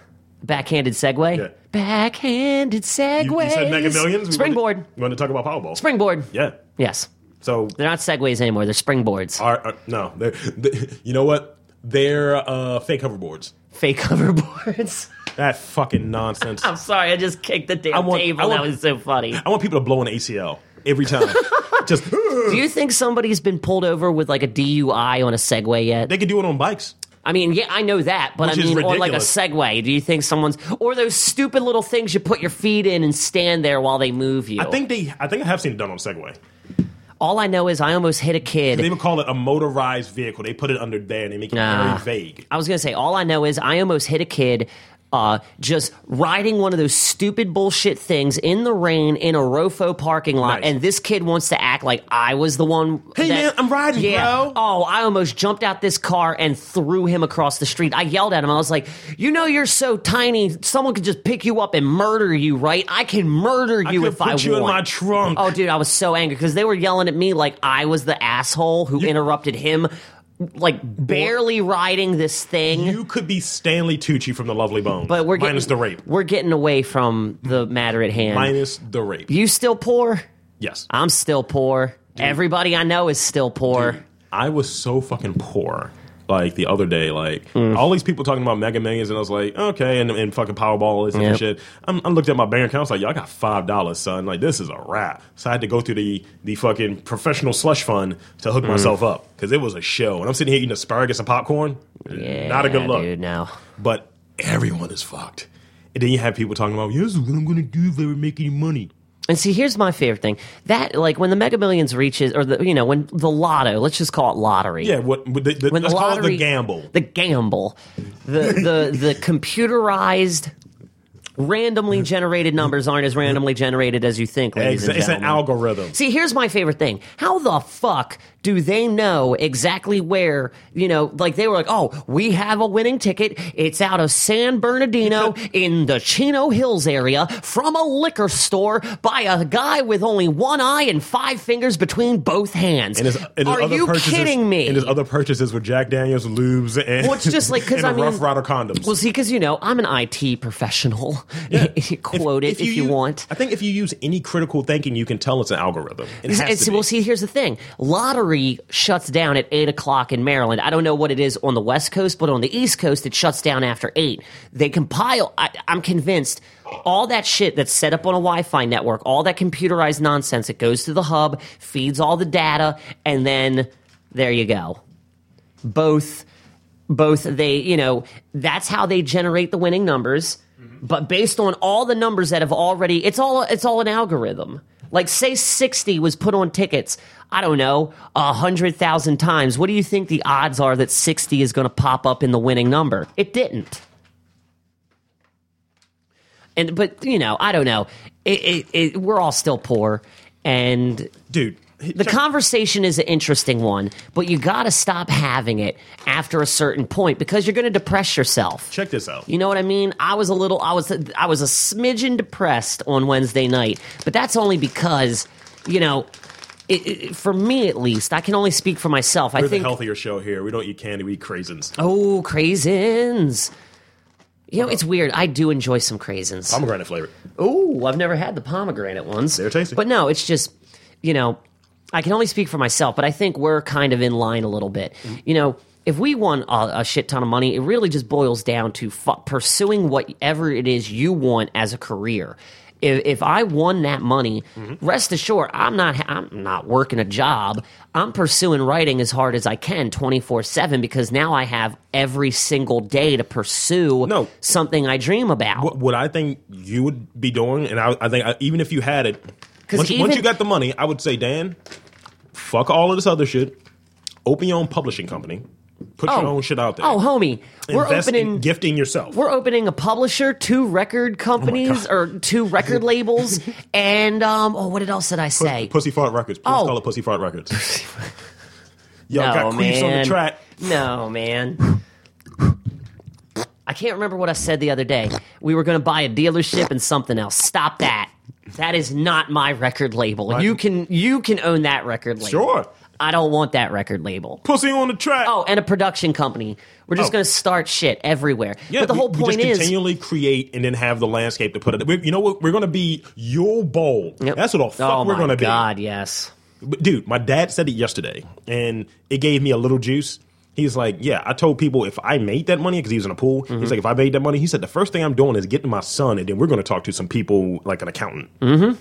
B: Backhanded segue.
A: Yeah.
B: Backhanded segue.
A: You, you said Mega Millions. We
B: Springboard.
A: wanted- You want to talk about Powerball?
B: Springboard.
A: Yeah.
B: Yes.
A: So Oh.
B: They're not segways anymore. They're springboards.
A: Are, are, no, they're, they- you know what? They're uh, fake hoverboards.
B: Fake hoverboards.
A: That fucking nonsense.
B: I'm sorry, I just kicked the damn
A: I want-
B: table.
A: I want-
B: that was so funny.
A: I want people to blow an ACL every time. Just
B: Do you think somebody's been pulled over with like a DUI on a Segway yet?
A: they can do it on bikes.
B: I mean, yeah, I know that, but I
A: Which is
B: mean, on like a
A: ridiculous.
B: Segway, do you think someone's or those stupid little things you put your feet in and stand there while they move you?
A: I think they. I think I have seen it done on Segway.
B: all I know is I almost hit a kid.
A: They would call it a motorized vehicle. They put it under there and they make it
B: Nah.
A: very vague.
B: I was gonna say all I know is I almost hit a kid. Uh, just riding one of those stupid bullshit things in the rain in a Rofo parking lot,
A: Nice.
B: and this kid wants to act like I was the one.
A: Hey, man, I'm riding,
B: yeah.
A: bro.
B: Oh, I almost jumped out this car and threw him across the street. I yelled at him. I was like, "You know, you're so tiny. Someone could just pick you up and murder you, right? I can murder you
A: could
B: if
A: put
B: I
A: you in
B: want."
A: my trunk.
B: Oh, dude, I was so angry because they were yelling at me like I was the asshole who interrupted him, like barely riding this thing.
A: You could be Stanley Tucci from The Lovely Bones,
B: but we're
A: minus
B: getting,
A: the rape.
B: We're getting away from the matter at hand.
A: Minus the rape.
B: you still poor?
A: Yes.
B: I'm still poor. Everybody I know is still poor.
A: I was so fucking poor. Like the other day, like
B: Mm.
A: all these people talking about Mega Millions, and I was like, okay, and, and fucking Powerball is
B: Yep.
A: and shit. I'm, I looked at my bank account, I was like, yo, I got five dollars, son. Like this is a wrap. So I had to go through the the fucking professional slush fund to
B: Mm.
A: hook myself up because it was a show. And I'm sitting here eating asparagus and popcorn.
B: Yeah,
A: not a good look.
B: dude. No.
A: But everyone is fucked. And then you have people talking about, yes, what I'm gonna do if I ever make any money.
B: And see, here's my favorite thing: that like when the Mega Millions reaches, or the you know when the lotto, let's just call it lottery.
A: Yeah, what? what the, the,
B: when
A: let's
B: the
A: call
B: lottery,
A: it the gamble.
B: the gamble, the the the computerized, randomly generated numbers aren't as randomly generated as you think, ladies
A: It's,
B: and
A: it's an
B: gentlemen.
A: algorithm.
B: See, here's my favorite thing. How the fuck do they know exactly where, you know, like they were like, oh, we have a winning ticket. It's out of San Bernardino in the Chino Hills area from a liquor store by a guy with only one eye and five fingers between both hands.
A: And his, and his
B: Are
A: other
B: you
A: purchases,
B: kidding me?
A: And his other purchases were Jack Daniels, lubes, and
B: Well, it's just like, 'cause
A: and
B: I mean-
A: Rough Rider condoms.
B: Well, see, because you know, I'm an IT professional. Quote it if, you,
A: use-
B: want.
A: I think if you use any critical thinking, you can tell it's an algorithm. It has
B: It's-
A: to be.
B: well, see, here's the thing: lottery shuts down at eight o'clock in Maryland. I don't know what it is on the West Coast, but on the East Coast, it shuts down after eight. They compile. I, I'm convinced all that shit that's set up on a Wi-Fi network, all that computerized nonsense, it goes to the hub, feeds all the data, and then there you go. Both, both they, you know, that's how they generate the winning numbers. But based on all the numbers that have already, it's all it's all an algorithm. Like say sixty was put on tickets. I don't know a hundred thousand times. What do you think the odds are that sixty is going to pop up in the winning number? It didn't. And but you know, I don't know. It, it, it, we're all still poor, and
A: dude,
B: the conversation is an interesting one, but you got to stop having it after a certain point because you're going to depress yourself.
A: check this out.
B: You know what I mean? I was a little, I was, I was a smidgen depressed on Wednesday night, but that's only because, you know, it, it, for me at least, I can only speak for myself. I
A: We're
B: think,
A: the healthier show here. We don't eat candy. We eat craisins.
B: oh, craisins. You know, it's weird. I do enjoy some craisins.
A: Pomegranate flavored.
B: Ooh, I've never had the pomegranate ones.
A: They're tasty.
B: But no, it's just, you know, I can only speak for myself, but I think we're kind of in line a little bit.
A: Mm-hmm.
B: You know, if we want a, a shit ton of money, it really just boils down to fu- pursuing whatever it is you want as a career. If, if I won that money,
A: Mm-hmm.
B: rest assured, I'm not ha- I'm not working a job. I'm pursuing writing as hard as I can, twenty four seven, because now I have every single day to pursue
A: No.
B: something I dream about.
A: What, what I think you would be doing, and I, I think I, even if you had it,
B: 'Cause
A: once, once
B: even-
A: you got the money, I would say, Dan, fuck all of this other shit. Open your own publishing company. Put your
B: Oh.
A: own shit out there.
B: Oh, homie, we're
A: Invest in
B: opening
A: gifting yourself.
B: we're opening a publisher, two record companies
A: Oh God.
B: or two record labels, and um, oh, what else did I say?
A: Pussy Fart Records. Please
B: Oh.
A: call it Pussy Fart Records. Yo,
B: no,
A: got queefs
B: man.
A: on the track.
B: No, man. I can't remember what I said the other day. We were going to buy a dealership and something else. Stop that. That is not my record label. You can you can own that record label.
A: Sure.
B: I don't want that record label.
A: Pussy on the track.
B: Oh, and a production company. We're just
A: Oh.
B: going to start shit everywhere.
A: Yeah,
B: but the
A: we-
B: whole
A: we
B: point
A: just
B: is
A: continually create and then have the landscape to put it. We, you know what? We're gonna be your bowl.
B: Yep.
A: That's what the fuck
B: oh
A: we're
B: my
A: gonna
B: God, yes.
A: be. But dude, my dad said it yesterday, and it gave me a little juice. He's like, yeah, I told people if I made that money because he was in a pool.
B: Mm-hmm.
A: He's like, if I made that money, he said the first thing I'm doing is getting my son, and then we're going to talk to some people like an accountant.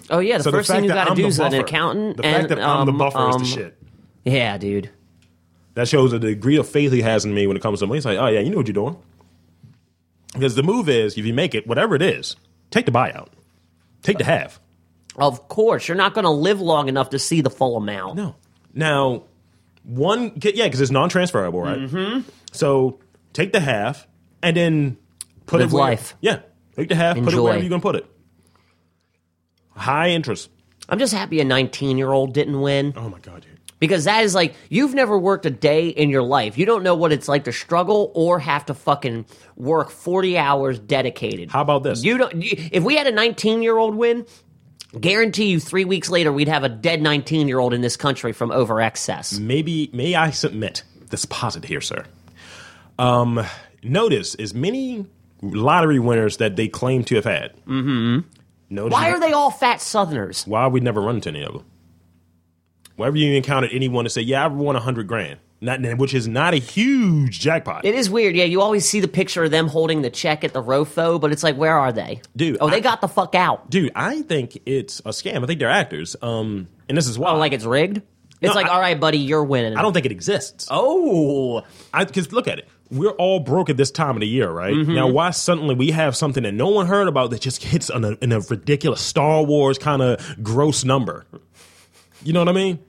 B: Oh yeah, the
A: So the
B: first thing
A: fact
B: you
A: that
B: got to
A: I'm
B: do
A: the
B: is an
A: buffer-
B: accountant.
A: The
B: and,
A: fact that I'm the
B: um,
A: buffer is
B: um,
A: the shit.
B: Yeah, dude.
A: That shows the degree of faith he has in me when it comes to money. He's like, oh yeah, you know what you're doing. Because the move is, if you make it, whatever it is, take the buyout, take the half.
B: Of course, you're not going to live long enough to see the full amount.
A: No. Now, one, yeah, because it's non-transferable, right? Mm-hmm. So take the half and then put
B: Live
A: it where-
B: life.
A: Yeah, take the half, put it
B: Enjoy.
A: wherever you're going to put it. High interest.
B: I'm just happy a 19 year old didn't win
A: Oh my god, dude.
B: because that is like you've never worked a day in your life. You don't know what it's like to struggle or have to fucking work 40 hours dedicated.
A: How about this?
B: You don't. You, if we had a 19 year old win, guarantee you three weeks later we'd have a dead 19 year old in this country from over excess.
A: Maybe may I submit this posit here, sir? Um, notice as many lottery winners that they claim to have had. Mm-hmm. Notice
B: Why are they all fat Southerners?
A: Why have we never run into any of them? Whenever you encountered anyone to say, "Yeah, I won a hundred grand," not which is not a huge jackpot,
B: It is weird. Yeah, you always see the picture of them holding the check at the Rofo, but it's like, where are they?
A: Dude,
B: Oh, they
A: I-
B: got the fuck out.
A: dude. I think it's a scam. I think they're actors. Um, and this is why.
B: Oh, like it's rigged?
A: No,
B: It's like,
A: I-
B: all right, buddy, you're winning.
A: I don't think it exists.
B: Oh.
A: I because look at it. We're all broke at this time of the year, right?
B: Mm-hmm.
A: Now, why suddenly we have something that no one heard about that just hits on a, in a ridiculous Star Wars kind of gross number? You know what I mean?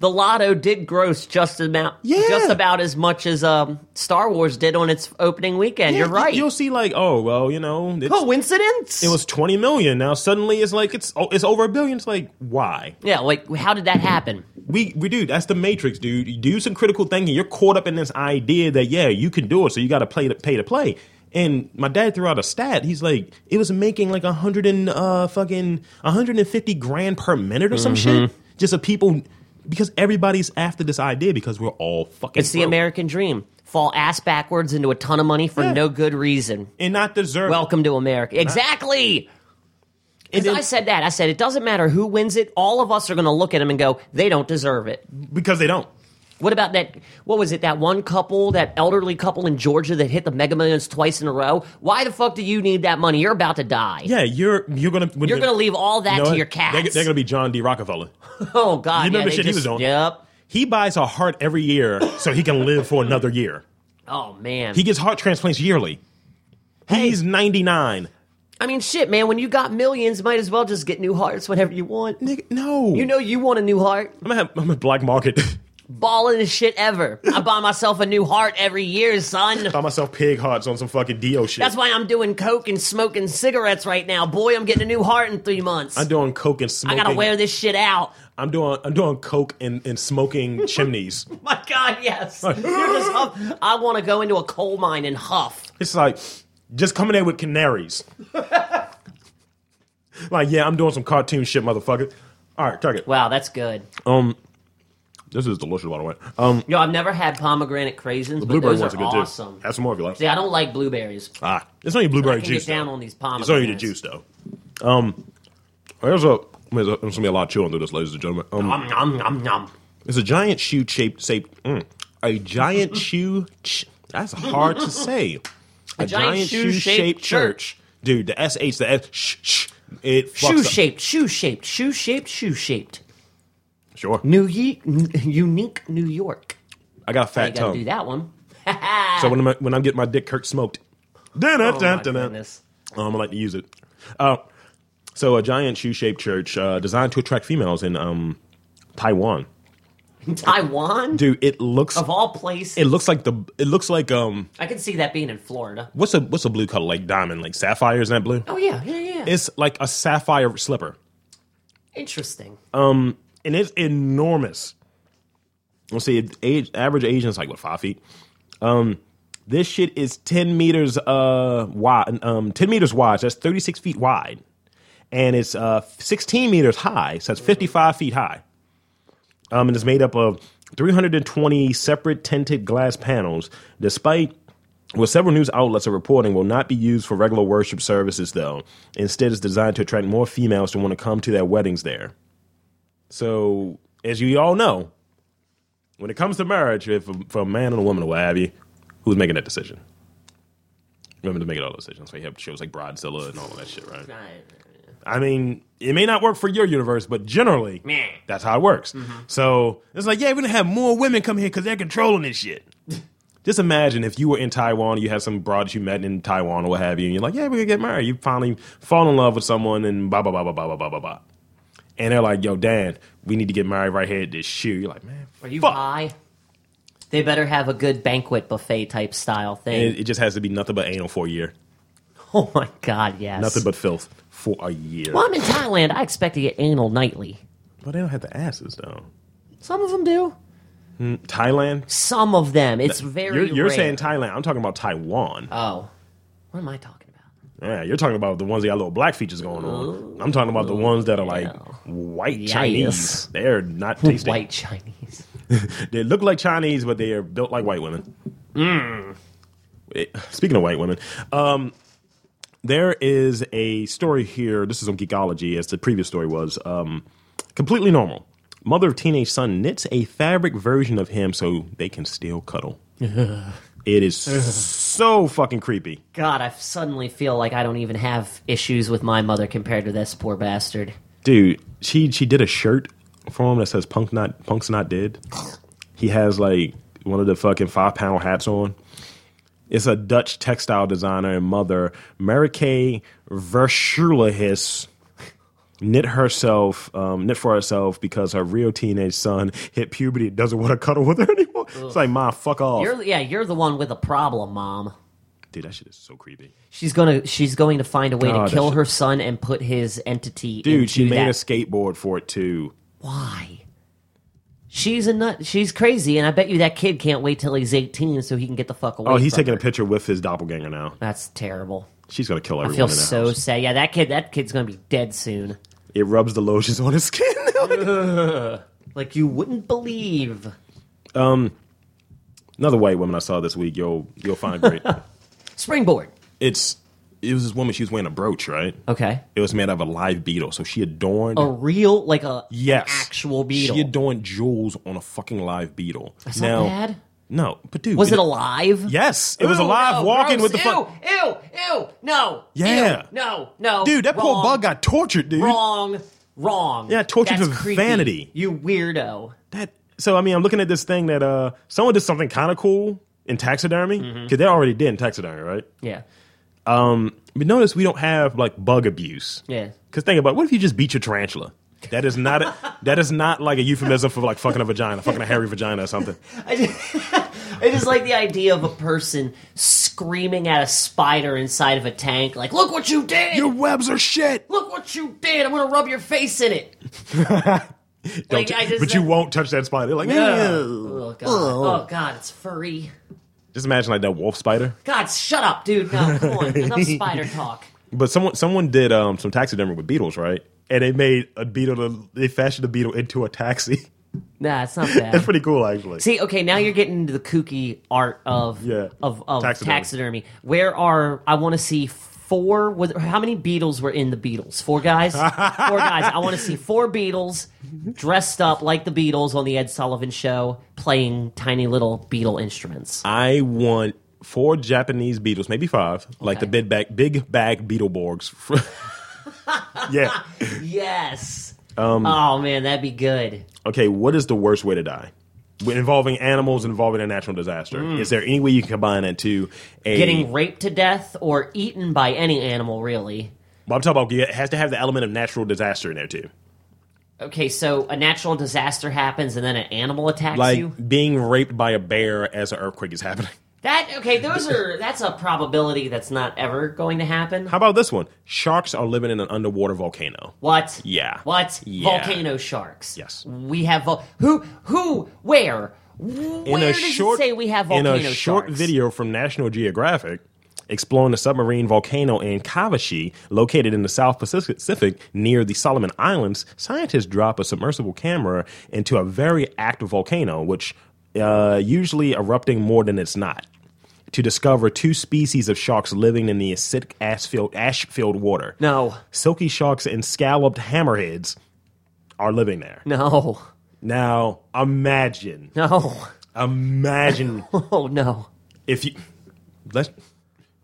B: The lotto did gross just about
A: Yeah.
B: just about as much as um, Star Wars did on its opening weekend. you're
A: Yeah,
B: right.
A: You'll see, like, oh well, you know, it's,
B: Coincidence?
A: it was twenty million. Now suddenly it's like it's oh, it's over a billion. It's like why?
B: Yeah, like how did that happen?
A: We we do. That's the Matrix, dude. You do some critical thinking. You're caught up in this idea that yeah, you can do it. So you got to play to pay to play. And my dad threw out a stat. He's like, it was making like a hundred and uh fucking a hundred and fifty grand per minute or some
B: Mm-hmm.
A: shit. Just of people because everybody's after this idea because we're all fucking.
B: It's the
A: broke
B: American dream. Fall ass backwards into a ton of money for
A: Yeah.
B: no good reason.
A: and not deserve.
B: Welcome to America. Exactly.
A: and then-
B: I said that. I said it doesn't matter who wins it. All of us are going to look at them and go, they don't deserve it.
A: because they don't.
B: What about that? What was it? That one couple, that elderly couple in Georgia that hit the Mega Millions twice in a row. Why the fuck do you need that money? You're about to die.
A: Yeah, you're you're gonna when
B: You're
A: the-
B: going to leave all that
A: you know
B: to
A: what?
B: your cats.
A: They're, they're gonna be John D. Rockefeller.
B: oh God!
A: You
B: yeah,
A: remember
B: they
A: shit he
B: just-
A: was on?
B: Yep.
A: He buys a heart every year so he can live for another year.
B: Oh man.
A: He gets heart transplants yearly. He's 99.
B: I mean, shit, man. When you got millions, might as well just get new hearts whenever you want.
A: Nigga, no.
B: You know, you want a new heart.
A: I'm gonna have I'm a black market.
B: Balling as shit ever. I buy myself a new heart every year, son.
A: Buy myself pig hearts on some fucking Dio shit.
B: That's why I'm doing coke and smoking cigarettes right now. Boy, I'm getting a new heart in three months.
A: I'm doing coke and
B: I
A: smoking.
B: gotta wear this shit out.
A: I'm doing I'm doing coke and, and smoking chimneys.
B: My God, yes. You're just huff. I want to go into a coal mine and huff.
A: It's like just coming in with canaries. like yeah, I'm doing some cartoon shit, motherfucker. All right, target.
B: Wow, that's good.
A: Um, this is delicious, by the way. Um,
B: Yo, I've never had pomegranate craisins, but
A: blueberry
B: those
A: ones are
B: are
A: good
B: awesome.
A: too. Have some more if you like.
B: See, I don't like blueberries.
A: Ah, it's only blueberry
B: I can
A: juice.
B: get down
A: though.
B: on these
A: It's only the
B: pomegranates.
A: juice though. Um, there's a there's, a, there's gonna be a lot chewing through this, ladies and gentlemen. Um,
B: Nom, nom, nom, nom.
A: it's a giant shoe shaped shaped mm, a giant shoe. Ch- that's hard to say. A,
B: giant shoe-shaped church.
A: dude. The S H the S sh, sh it fucks
B: Shoe
A: up.
B: shaped, shoe shaped, shoe shaped, shoe shaped.
A: Sure,
B: New Ye- n- unique New York.
A: I got a
B: You
A: fat
B: gotta do
A: tongue.
B: that one.
A: So when I'm when I'm getting my dick Kirk smoked, dun, dun,
B: Oh,
A: dun,
B: my
A: dun, dun.
B: goodness.
A: Um, I like to use it. Uh, so a giant shoe-shaped church uh, designed to attract females in um, Taiwan.
B: Taiwan?
A: Dude, it looks
B: Of all places.
A: it looks like the it looks like um
B: I can see that being in Florida.
A: what's a what's a blue color like diamond like sapphire isn't that blue?
B: Oh, yeah, yeah, yeah.
A: It's like a sapphire slipper
B: Interesting.
A: and it's enormous. Let's see, it- age average Asian's like what five feet. Um, this shit is ten meters uh wide, um ten meters wide. So that's thirty six feet wide, and it's uh sixteen meters high. So that's fifty five feet high. Um, and it's made up of three hundred and twenty separate tinted glass panels. Despite what several news outlets are reporting will not be used for regular worship services, though. Instead, it's designed to attract more females to want to come to their weddings there. So, as you all know, When it comes to marriage, if for a man and a woman or what have you, who's making that decision? Women to make it all those decisions. So you have shows like Bridezilla and all of that shit, right? I mean, it may not work for your universe, but generally,
B: Meh. Mm-hmm.
A: that's how it works. So it's like, yeah, we're gonna have more women come here because they're controlling this shit. Just imagine if you were in Taiwan, you had some broad that you met in Taiwan or what have you, and you're like, yeah, we're gonna get married. You finally fall in love with someone, and blah blah blah blah blah blah blah blah blah. And they're like, yo, Dan, we need to get married right here at this shoe. You're like, man,
B: Are you
A: fuck.
B: high? They better have a good banquet buffet type style thing.
A: It, it just has to be nothing but anal for a year,
B: oh my god, yes.
A: nothing but filth for a year.
B: well, I'm in Thailand. I expect to get anal nightly.
A: But they don't have the asses though.
B: Some of them do.
A: Thailand,
B: Some of them. It's very.
A: you're, you're
B: rare.
A: saying Thailand. I'm talking about Taiwan.
B: Oh, what am I talking about?
A: Yeah, you're talking about the ones that got little black features going on. I'm talking about the ones that are like white
B: Yikes.
A: Chinese. They're not tasty.
B: White Chinese.
A: They look like Chinese, but they are built like white women.
B: Hmm.
A: Wait, Speaking of white women, um, there is a story here. This is on Geekology, as the previous story was. Um, completely normal. Mother of teenage son knits a fabric version of him so they can still cuddle. it is so fucking creepy.
B: God, I suddenly feel like I don't even have issues with my mother compared to this poor bastard.
A: dude she she did a shirt for him that says punk not punk's not dead he has like one of the fucking five pound hats on it's a dutch textile designer and mother marike verschulehis knit herself um, knit for herself because her real teenage son hit puberty and doesn't want to cuddle with her anymore it's like ma fuck off
B: You're, yeah, you're the one with a problem, mom.
A: dude that shit is so creepy
B: She's gonna. She's going to find a way
A: God,
B: to kill
A: that's-
B: her son and put his entity.
A: dude
B: into
A: she made
B: that.
A: a skateboard for it too
B: Why? She's a nut. She's crazy, and I bet you that kid can't wait till he's eighteen so he can get the fuck away.
A: oh he's
B: from
A: taking
B: her.
A: a picture with his doppelganger now
B: That's terrible.
A: she's gonna kill
B: I
A: everyone
B: feel
A: in the
B: so
A: house.
B: sad. Yeah, that kid. That kid's gonna be dead soon.
A: it rubs the lotions on his skin.
B: Like you wouldn't believe.
A: Another white woman I saw this week, you'll you'll find great.
B: Springboard.
A: it's it was this woman. She was wearing a brooch, right?
B: Okay.
A: It was made out of a live beetle, so she adorned.
B: A real, like a
A: yes,
B: Oh, actual beetle.
A: She adorned jewels on a fucking live beetle.
B: That's
A: now,
B: not bad.
A: No, but dude,
B: Was it alive?
A: Yes, it was alive, walking with the fuck.
B: Ew, ew, ew, no.
A: Yeah.
B: Ew, no, no.
A: Dude, that
B: wrong,
A: poor bug got tortured, dude.
B: Wrong, wrong.
A: Yeah, tortured
B: That's
A: for
B: creepy.
A: vanity.
B: You weirdo.
A: That so I mean, I'm looking at this thing that uh someone did something kind of cool in taxidermy
B: Mm-hmm.
A: because they already did in taxidermy, right?
B: Yeah.
A: But notice we don't have like bug abuse.
B: Yeah.
A: Because think about it, what if you just beat your tarantula? That is not a, that is not like a euphemism for like fucking a vagina, fucking a hairy vagina or something.
B: I just, I just like the idea of a person screaming at a spider inside of a tank, like, look what you did!
A: Your webs are shit.
B: look what you did! I'm gonna rub your face in it!
A: Don't
B: Like,
A: you-
B: I just-
A: but you won't touch that spider. Like, "Ew."
B: Oh, God. Oh, God, it's furry.
A: just imagine like that wolf spider.
B: God, shut up, dude. No, come on. Enough spider talk.
A: But someone someone did um, some taxidermy with beetles, right? And they made a beetle. They fashioned a beetle into a taxi.
B: Nah, it's not
A: That's
B: bad.
A: pretty cool, actually.
B: See, okay, now you're getting into the kooky art of
A: Yeah.
B: of, of
A: Taxidermy.
B: taxidermy. Where are I want to see four? Was, how many Beatles were in the Beatles? Four guys. four guys. I want to see four Beatles dressed up like the Beatles on the Ed Sullivan Show, playing tiny little Beatle instruments.
A: I want four Japanese beetles, maybe five, like the
B: Okay.
A: big bag big bag beetleborgs. yeah.
B: Yes.
A: Um,
B: oh man, that'd be good.
A: okay, what is the worst way to die? When Involving animals, involving a natural disaster. Is there any way you can combine it to a?
B: Mm. Getting raped to death or eaten by any animal, really.
A: Well, I'm talking about it has to have the element of natural disaster in there too,
B: Okay, so a natural disaster happens and then an animal attacks
A: like
B: you.
A: being raped by a bear as an earthquake is happening.
B: That okay? Those are that's a probability that's not ever going to happen.
A: How about this one? Sharks are living in an underwater volcano.
B: What?
A: Yeah.
B: What?
A: Yeah.
B: Volcano sharks.
A: Yes.
B: We have vol- who? Who? Where? Where
A: in a
B: does
A: short
B: it say we have volcano
A: in a short
B: sharks?
A: video from National Geographic exploring a submarine volcano in Kawashi, located in the South Pacific Pacific near the Solomon Islands. Scientists drop a submersible camera into a very active volcano, which uh, usually erupting more than it's not. To discover two species of sharks living in the acidic ash-filled, ash-filled water.
B: No.
A: Silky sharks and scalloped hammerheads are living there.
B: No.
A: Now, imagine,
B: No.
A: imagine
B: Oh no.
A: if you let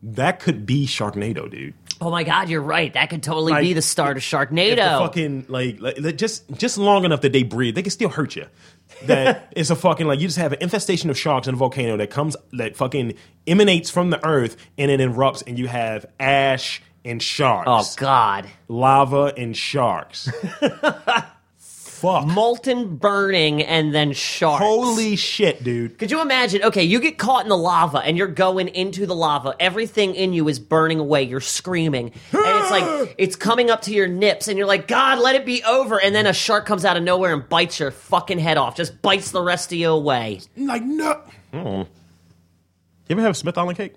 A: that could be Sharknado, dude.
B: Oh my God, you're right. That could totally
A: Like,
B: be the start of
A: If the
B: Sharknado.
A: fucking like, like like, just just long enough that they breathe, they can still hurt you. That it's a fucking like you just have an infestation of sharks in a volcano that comes that fucking emanates from the earth and it erupts and you have ash and sharks,
B: oh God.
A: lava and sharks. Fuck.
B: Molten burning and then sharks.
A: Holy shit, dude.
B: Could you imagine? Okay, you get caught in the lava and you're going into the lava. Everything in you is burning away. You're screaming. And it's like, it's coming up to your nips and you're like, God, let it be over. And then a shark comes out of nowhere and bites your fucking head off. Just bites the rest of you away.
A: Like no. Mm. You ever have Smith Island cake?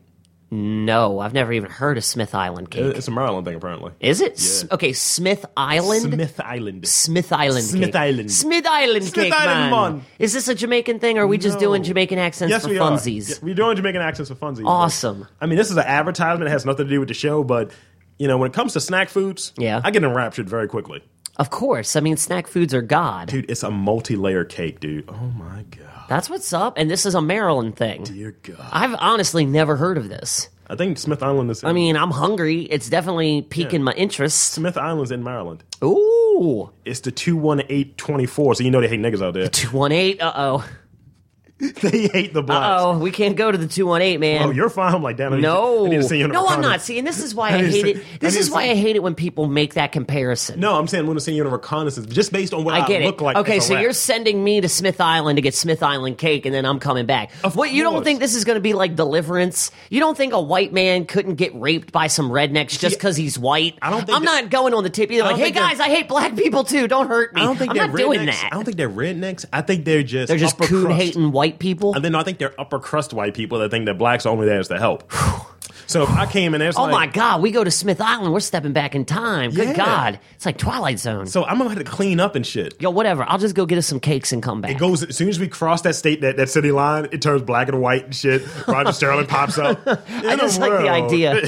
B: No, I've never even heard of Smith Island cake.
A: It's a Maryland thing, apparently.
B: Is it? S-
A: Uh, Yeah.
B: Okay, Smith Island?
A: Smith Island.
B: Smith Island
A: Smith
B: cake.
A: Island.
B: Smith Island
A: Smith
B: cake,
A: Island
B: man.
A: man.
B: Is this a Jamaican thing or are we just
A: No.
B: doing Jamaican accents
A: yes,
B: for
A: we
B: funsies?
A: are. Yeah, We're doing Jamaican accents for funsies.
B: Awesome.
A: I mean, this is an advertisement. It has nothing to do with the show, but you know, when it comes to snack foods,
B: Yeah.
A: I get enraptured very quickly.
B: Of course. I mean, snack foods are God.
A: Dude, it's a multi-layer cake, dude. Oh my god,
B: That's what's up, and this is a Maryland thing.
A: dear God.
B: I've honestly never heard of this.
A: I think Smith Island is.
B: I mean, I'm hungry. It's definitely piquing my interest.
A: Smith Island's in Maryland.
B: Ooh,
A: It's the two one eight twenty four. So you know they hate niggas out there.
B: two one eight. Uh oh.
A: they hate the blacks.
B: Oh, we can't go to the two one eight, man.
A: Oh, you're fine. I'm like, damn. I need-
B: no,
A: I need to see you in a
B: no, I'm
A: Rakan.
B: not. See, and this is why I,
A: I need to
B: hate
A: see-
B: it.
A: I
B: This
A: need
B: is
A: to
B: why
A: see-
B: I hate it when people make that comparison.
A: No, I'm saying I'm going to send you on a reconnaissance just based on what I,
B: I get
A: uh, look
B: it.
A: like.
B: okay,
A: as a
B: so
A: rat.
B: you're sending me to Smith Island to get Smith Island cake, and then I'm coming back.
A: Of
B: what you don't
A: course.
B: think this is going to be like Deliverance? You don't think a white man couldn't get raped by some rednecks just
A: See,
B: because he's white?
A: I don't think
B: I'm
A: that-
B: not going on the tip either.
A: I
B: Like,
A: don't
B: hey
A: think that-
B: guys, I hate black people too. Don't hurt me.
A: I don't think
B: I'm
A: they're
B: not doing
A: rednecks.
B: that.
A: I don't think they're rednecks. I think they're just
B: They're just
A: upper
B: coon
A: crust.
B: hating white people.
A: And then I think they're upper crust white people that think that blacks are only there is to help. so if I came in, it's
B: Oh
A: like,
B: my God, we go to Smith Island. We're stepping back in time. Good
A: Yeah.
B: God. It's like Twilight Zone.
A: So I'm gonna have to clean up and shit.
B: Yo, whatever. I'll just go get us some cakes and come back.
A: It goes as soon as we cross that state that, that city line, it turns black and white and shit. Roger Sterling pops up.
B: I just like the idea.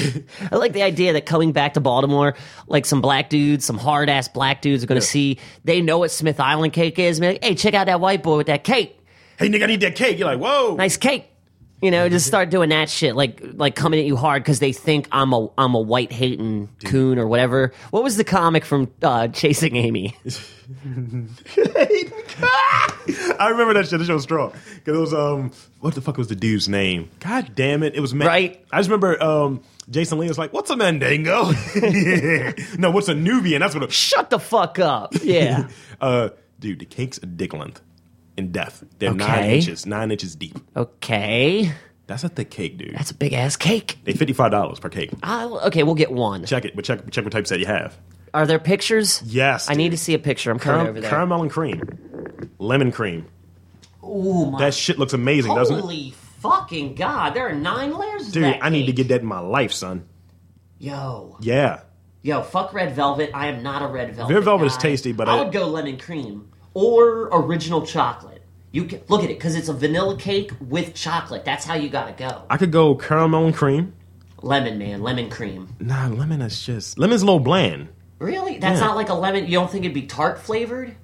B: I like the idea that coming back to Baltimore, like some black dudes, some hard ass black dudes are going to see. They know what Smith Island cake is. and be like, hey, check out that white boy with that cake.
A: Hey nigga, I need that cake. You're like, whoa.
B: Nice cake. You know,
A: Mm-hmm.
B: just start doing that shit, like like coming at you hard because they think I'm a I'm a white hating coon or whatever. What was the comic from uh, Chasing Amy?
A: I remember that shit. That shit was strong because it was um, what the fuck was the dude's name? God damn it, it was Ma-
B: Right.
A: I just remember um, Jason Lee was like, "What's a Mandingo? No, what's a Nubian? That's what a
B: Shut the fuck up. Yeah.
A: uh, dude. The cake's a dick length in depth. They're nine
B: Okay.
A: inches, nine inches deep.
B: okay.
A: That's a thick cake, dude.
B: That's a big ass cake.
A: They fifty five dollars per cake.
B: I, okay, we'll get one.
A: Check it, but check check what types that you have.
B: Are there pictures?
A: Yes,
B: I
A: dude.
B: need to see a picture. I'm coming
A: Caram-
B: over there.
A: caramel and cream, lemon cream.
B: Ooh, my
A: That shit looks amazing, doesn't it?
B: Holy fucking god! There are nine layers. of
A: Dude,
B: that
A: I need to
B: cake.
A: get that in my life, son.
B: Yo,
A: Yeah.
B: yo, fuck red velvet. I am not a red velvet.
A: Red velvet
B: guy.
A: is tasty, but
B: I,
A: I-
B: would go lemon cream or original chocolate. You can, look at it because it's a vanilla cake with chocolate. That's how you gotta go.
A: I could go caramel and cream.
B: Lemon, man, lemon cream.
A: Nah, lemon is just lemon's a little bland.
B: Really? That's
A: Yeah.
B: not like a lemon. You don't think it'd be tart flavored?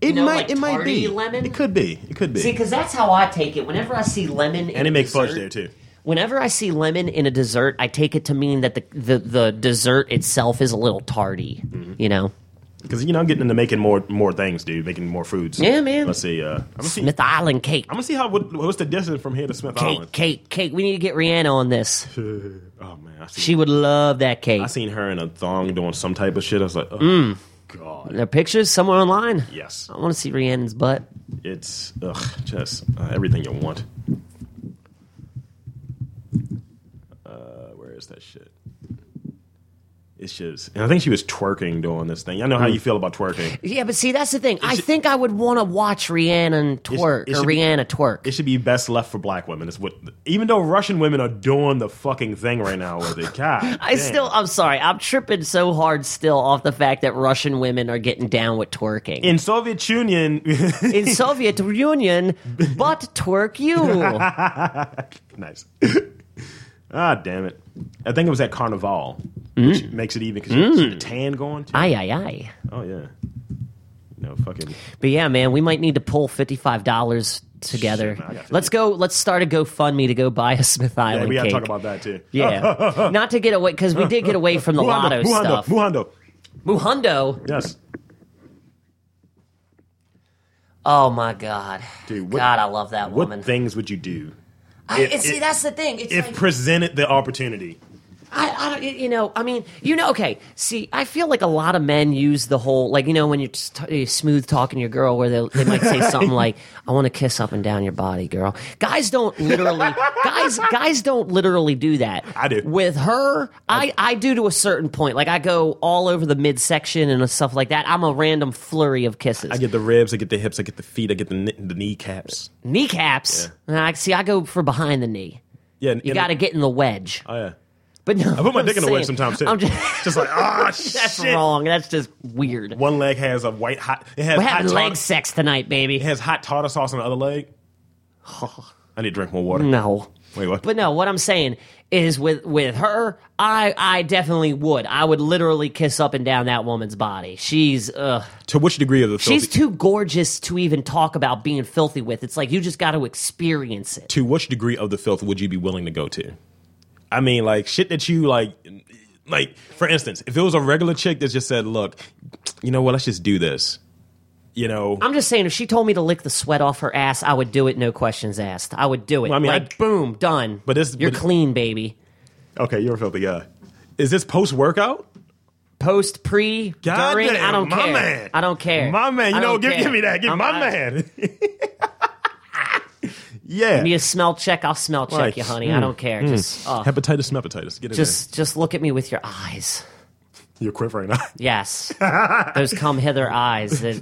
A: It
B: know,
A: might,
B: like
A: it might
B: tarty
A: be
B: lemon?
A: It could be, it could be.
B: See, because that's how I take it. Whenever I see lemon, in
A: and they
B: a
A: make fudge
B: dessert-
A: there too.
B: Whenever I see lemon in a dessert, I take it to mean that the the, the dessert itself is a little tardy.
A: Mm-hmm.
B: You know,
A: Because you know I'm getting into making more more things, dude. Making more foods.
B: Yeah, man.
A: Let's see. Uh, I'm gonna see.
B: Smith Island cake,
A: I'm gonna see how what, what's the distance from here to Smith
B: cake,
A: Island.
B: cake, cake. We need to get Rihanna on this.
A: Oh man, I seen,
B: She would love that cake.
A: I seen her in a thong doing some type of shit. I was like, oh
B: Mm.
A: god,
B: There are pictures somewhere online.
A: yes,
B: I want to see Rihanna's butt.
A: it's ugh, just uh, everything you want. Uh, where is that shit? It's just, and I think she was twerking doing this thing. I know how
B: Mm.
A: you feel about twerking.
B: Yeah, but see, that's the thing. I
A: should-
B: think I would want to watch Rihanna twerk
A: it
B: or
A: should be-
B: Rihanna twerk.
A: It should be best left for black women. It's what, even though Russian women are doing the fucking thing right now with it. God,
B: I
A: damn.
B: still, I'm sorry, I'm tripping so hard still off the fact that Russian women are getting down with twerking.
A: in Soviet Union.
B: in Soviet Union, but twerk you.
A: nice. ah, damn it! I think it was at
B: Mm.
A: Carnival, which makes it even because you see the tan going. Too.
B: Ay, ay, ay.
A: oh yeah, No fucking.
B: But yeah, man, we might need to pull fifty five dollars together.
A: man, I got
B: let's go. Let's start a GoFundMe to go buy a Smith Island
A: Yeah, we got to
B: cake.
A: talk about that too. Oh,
B: yeah, not to get away because we did get away from the lotto
A: Muhando, Muhando,
B: stuff.
A: Muhando.
B: Muhundo.
A: Yes.
B: Oh my god,
A: Dude, what-
B: God, I love that
A: What
B: woman.
A: things would you do
B: I,
A: if-
B: see,
A: if-
B: that's the thing. It's
A: if
B: like,
A: presented the opportunity?
B: I, I don't, you know, I mean, you know, okay. See, I feel like a lot of men use the whole, like, you know, when you're, just t- you're smooth talking to your girl, where they, they might say something like, "I want to kiss up and down your body, girl." Guys don't literally, guys, guys don't literally do that.
A: I do.
B: With her, I, I do to a certain point. Like, I go all over the midsection and stuff like that. I'm a random flurry of kisses.
A: I get the ribs, I get the hips, I get the feet, I get the kn- the kneecaps.
B: Kneecaps. Nah, I see. I go for behind the knee.
A: Yeah,
B: You got to get in the wedge.
A: Oh yeah.
B: But no,
A: I put my
B: I'm
A: dick in the way
B: saying-
A: sometimes too.
B: I'm
A: just,
B: just-
A: like, ah, shit.
B: that's wrong. That's just weird.
A: One leg has a white hot. It has
B: We're
A: hot
B: having
A: tartar,
B: leg sex tonight,
A: It
B: baby.
A: has hot tartar sauce on the other leg. I need to drink more water.
B: No.
A: Wait, what?
B: But no, what I'm saying is with with her, I I definitely would. I would literally kiss up and down that woman's body. She's uh
A: to which degree of the filthy?
B: she's too gorgeous to even talk about being filthy with. It's like you just got to experience it.
A: to which degree of the filth would you be willing to go to? I mean, like shit that you like, like for instance, if it was a regular chick that just said, "Look, you know what? Let's just do this," you know.
B: I'm just saying if she told me to lick the sweat off her ass, I would do it no questions asked. I would do it.
A: Well, I mean,
B: like
A: I-
B: boom, done.
A: But this-
B: You're
A: but-
B: clean, baby.
A: okay, you're a filthy guy. Is this post workout?
B: Post, pre,
A: God
B: during,
A: damn,
B: I don't
A: my
B: care.
A: Man.
B: I don't care.
A: My man, you
B: I
A: know,
B: don't
A: give,
B: care.
A: give me that. Give
B: I'm-
A: my
B: I-
A: man. yeah.
B: Need a smell check? I'll smell check
A: Right. Hmm.
B: you, honey. I don't care. Just, uh,
A: hepatitis, hepatitis. Get it
B: just, just look at me with your eyes.
A: in. You're quivering. now.
B: Yes, those come hither eyes that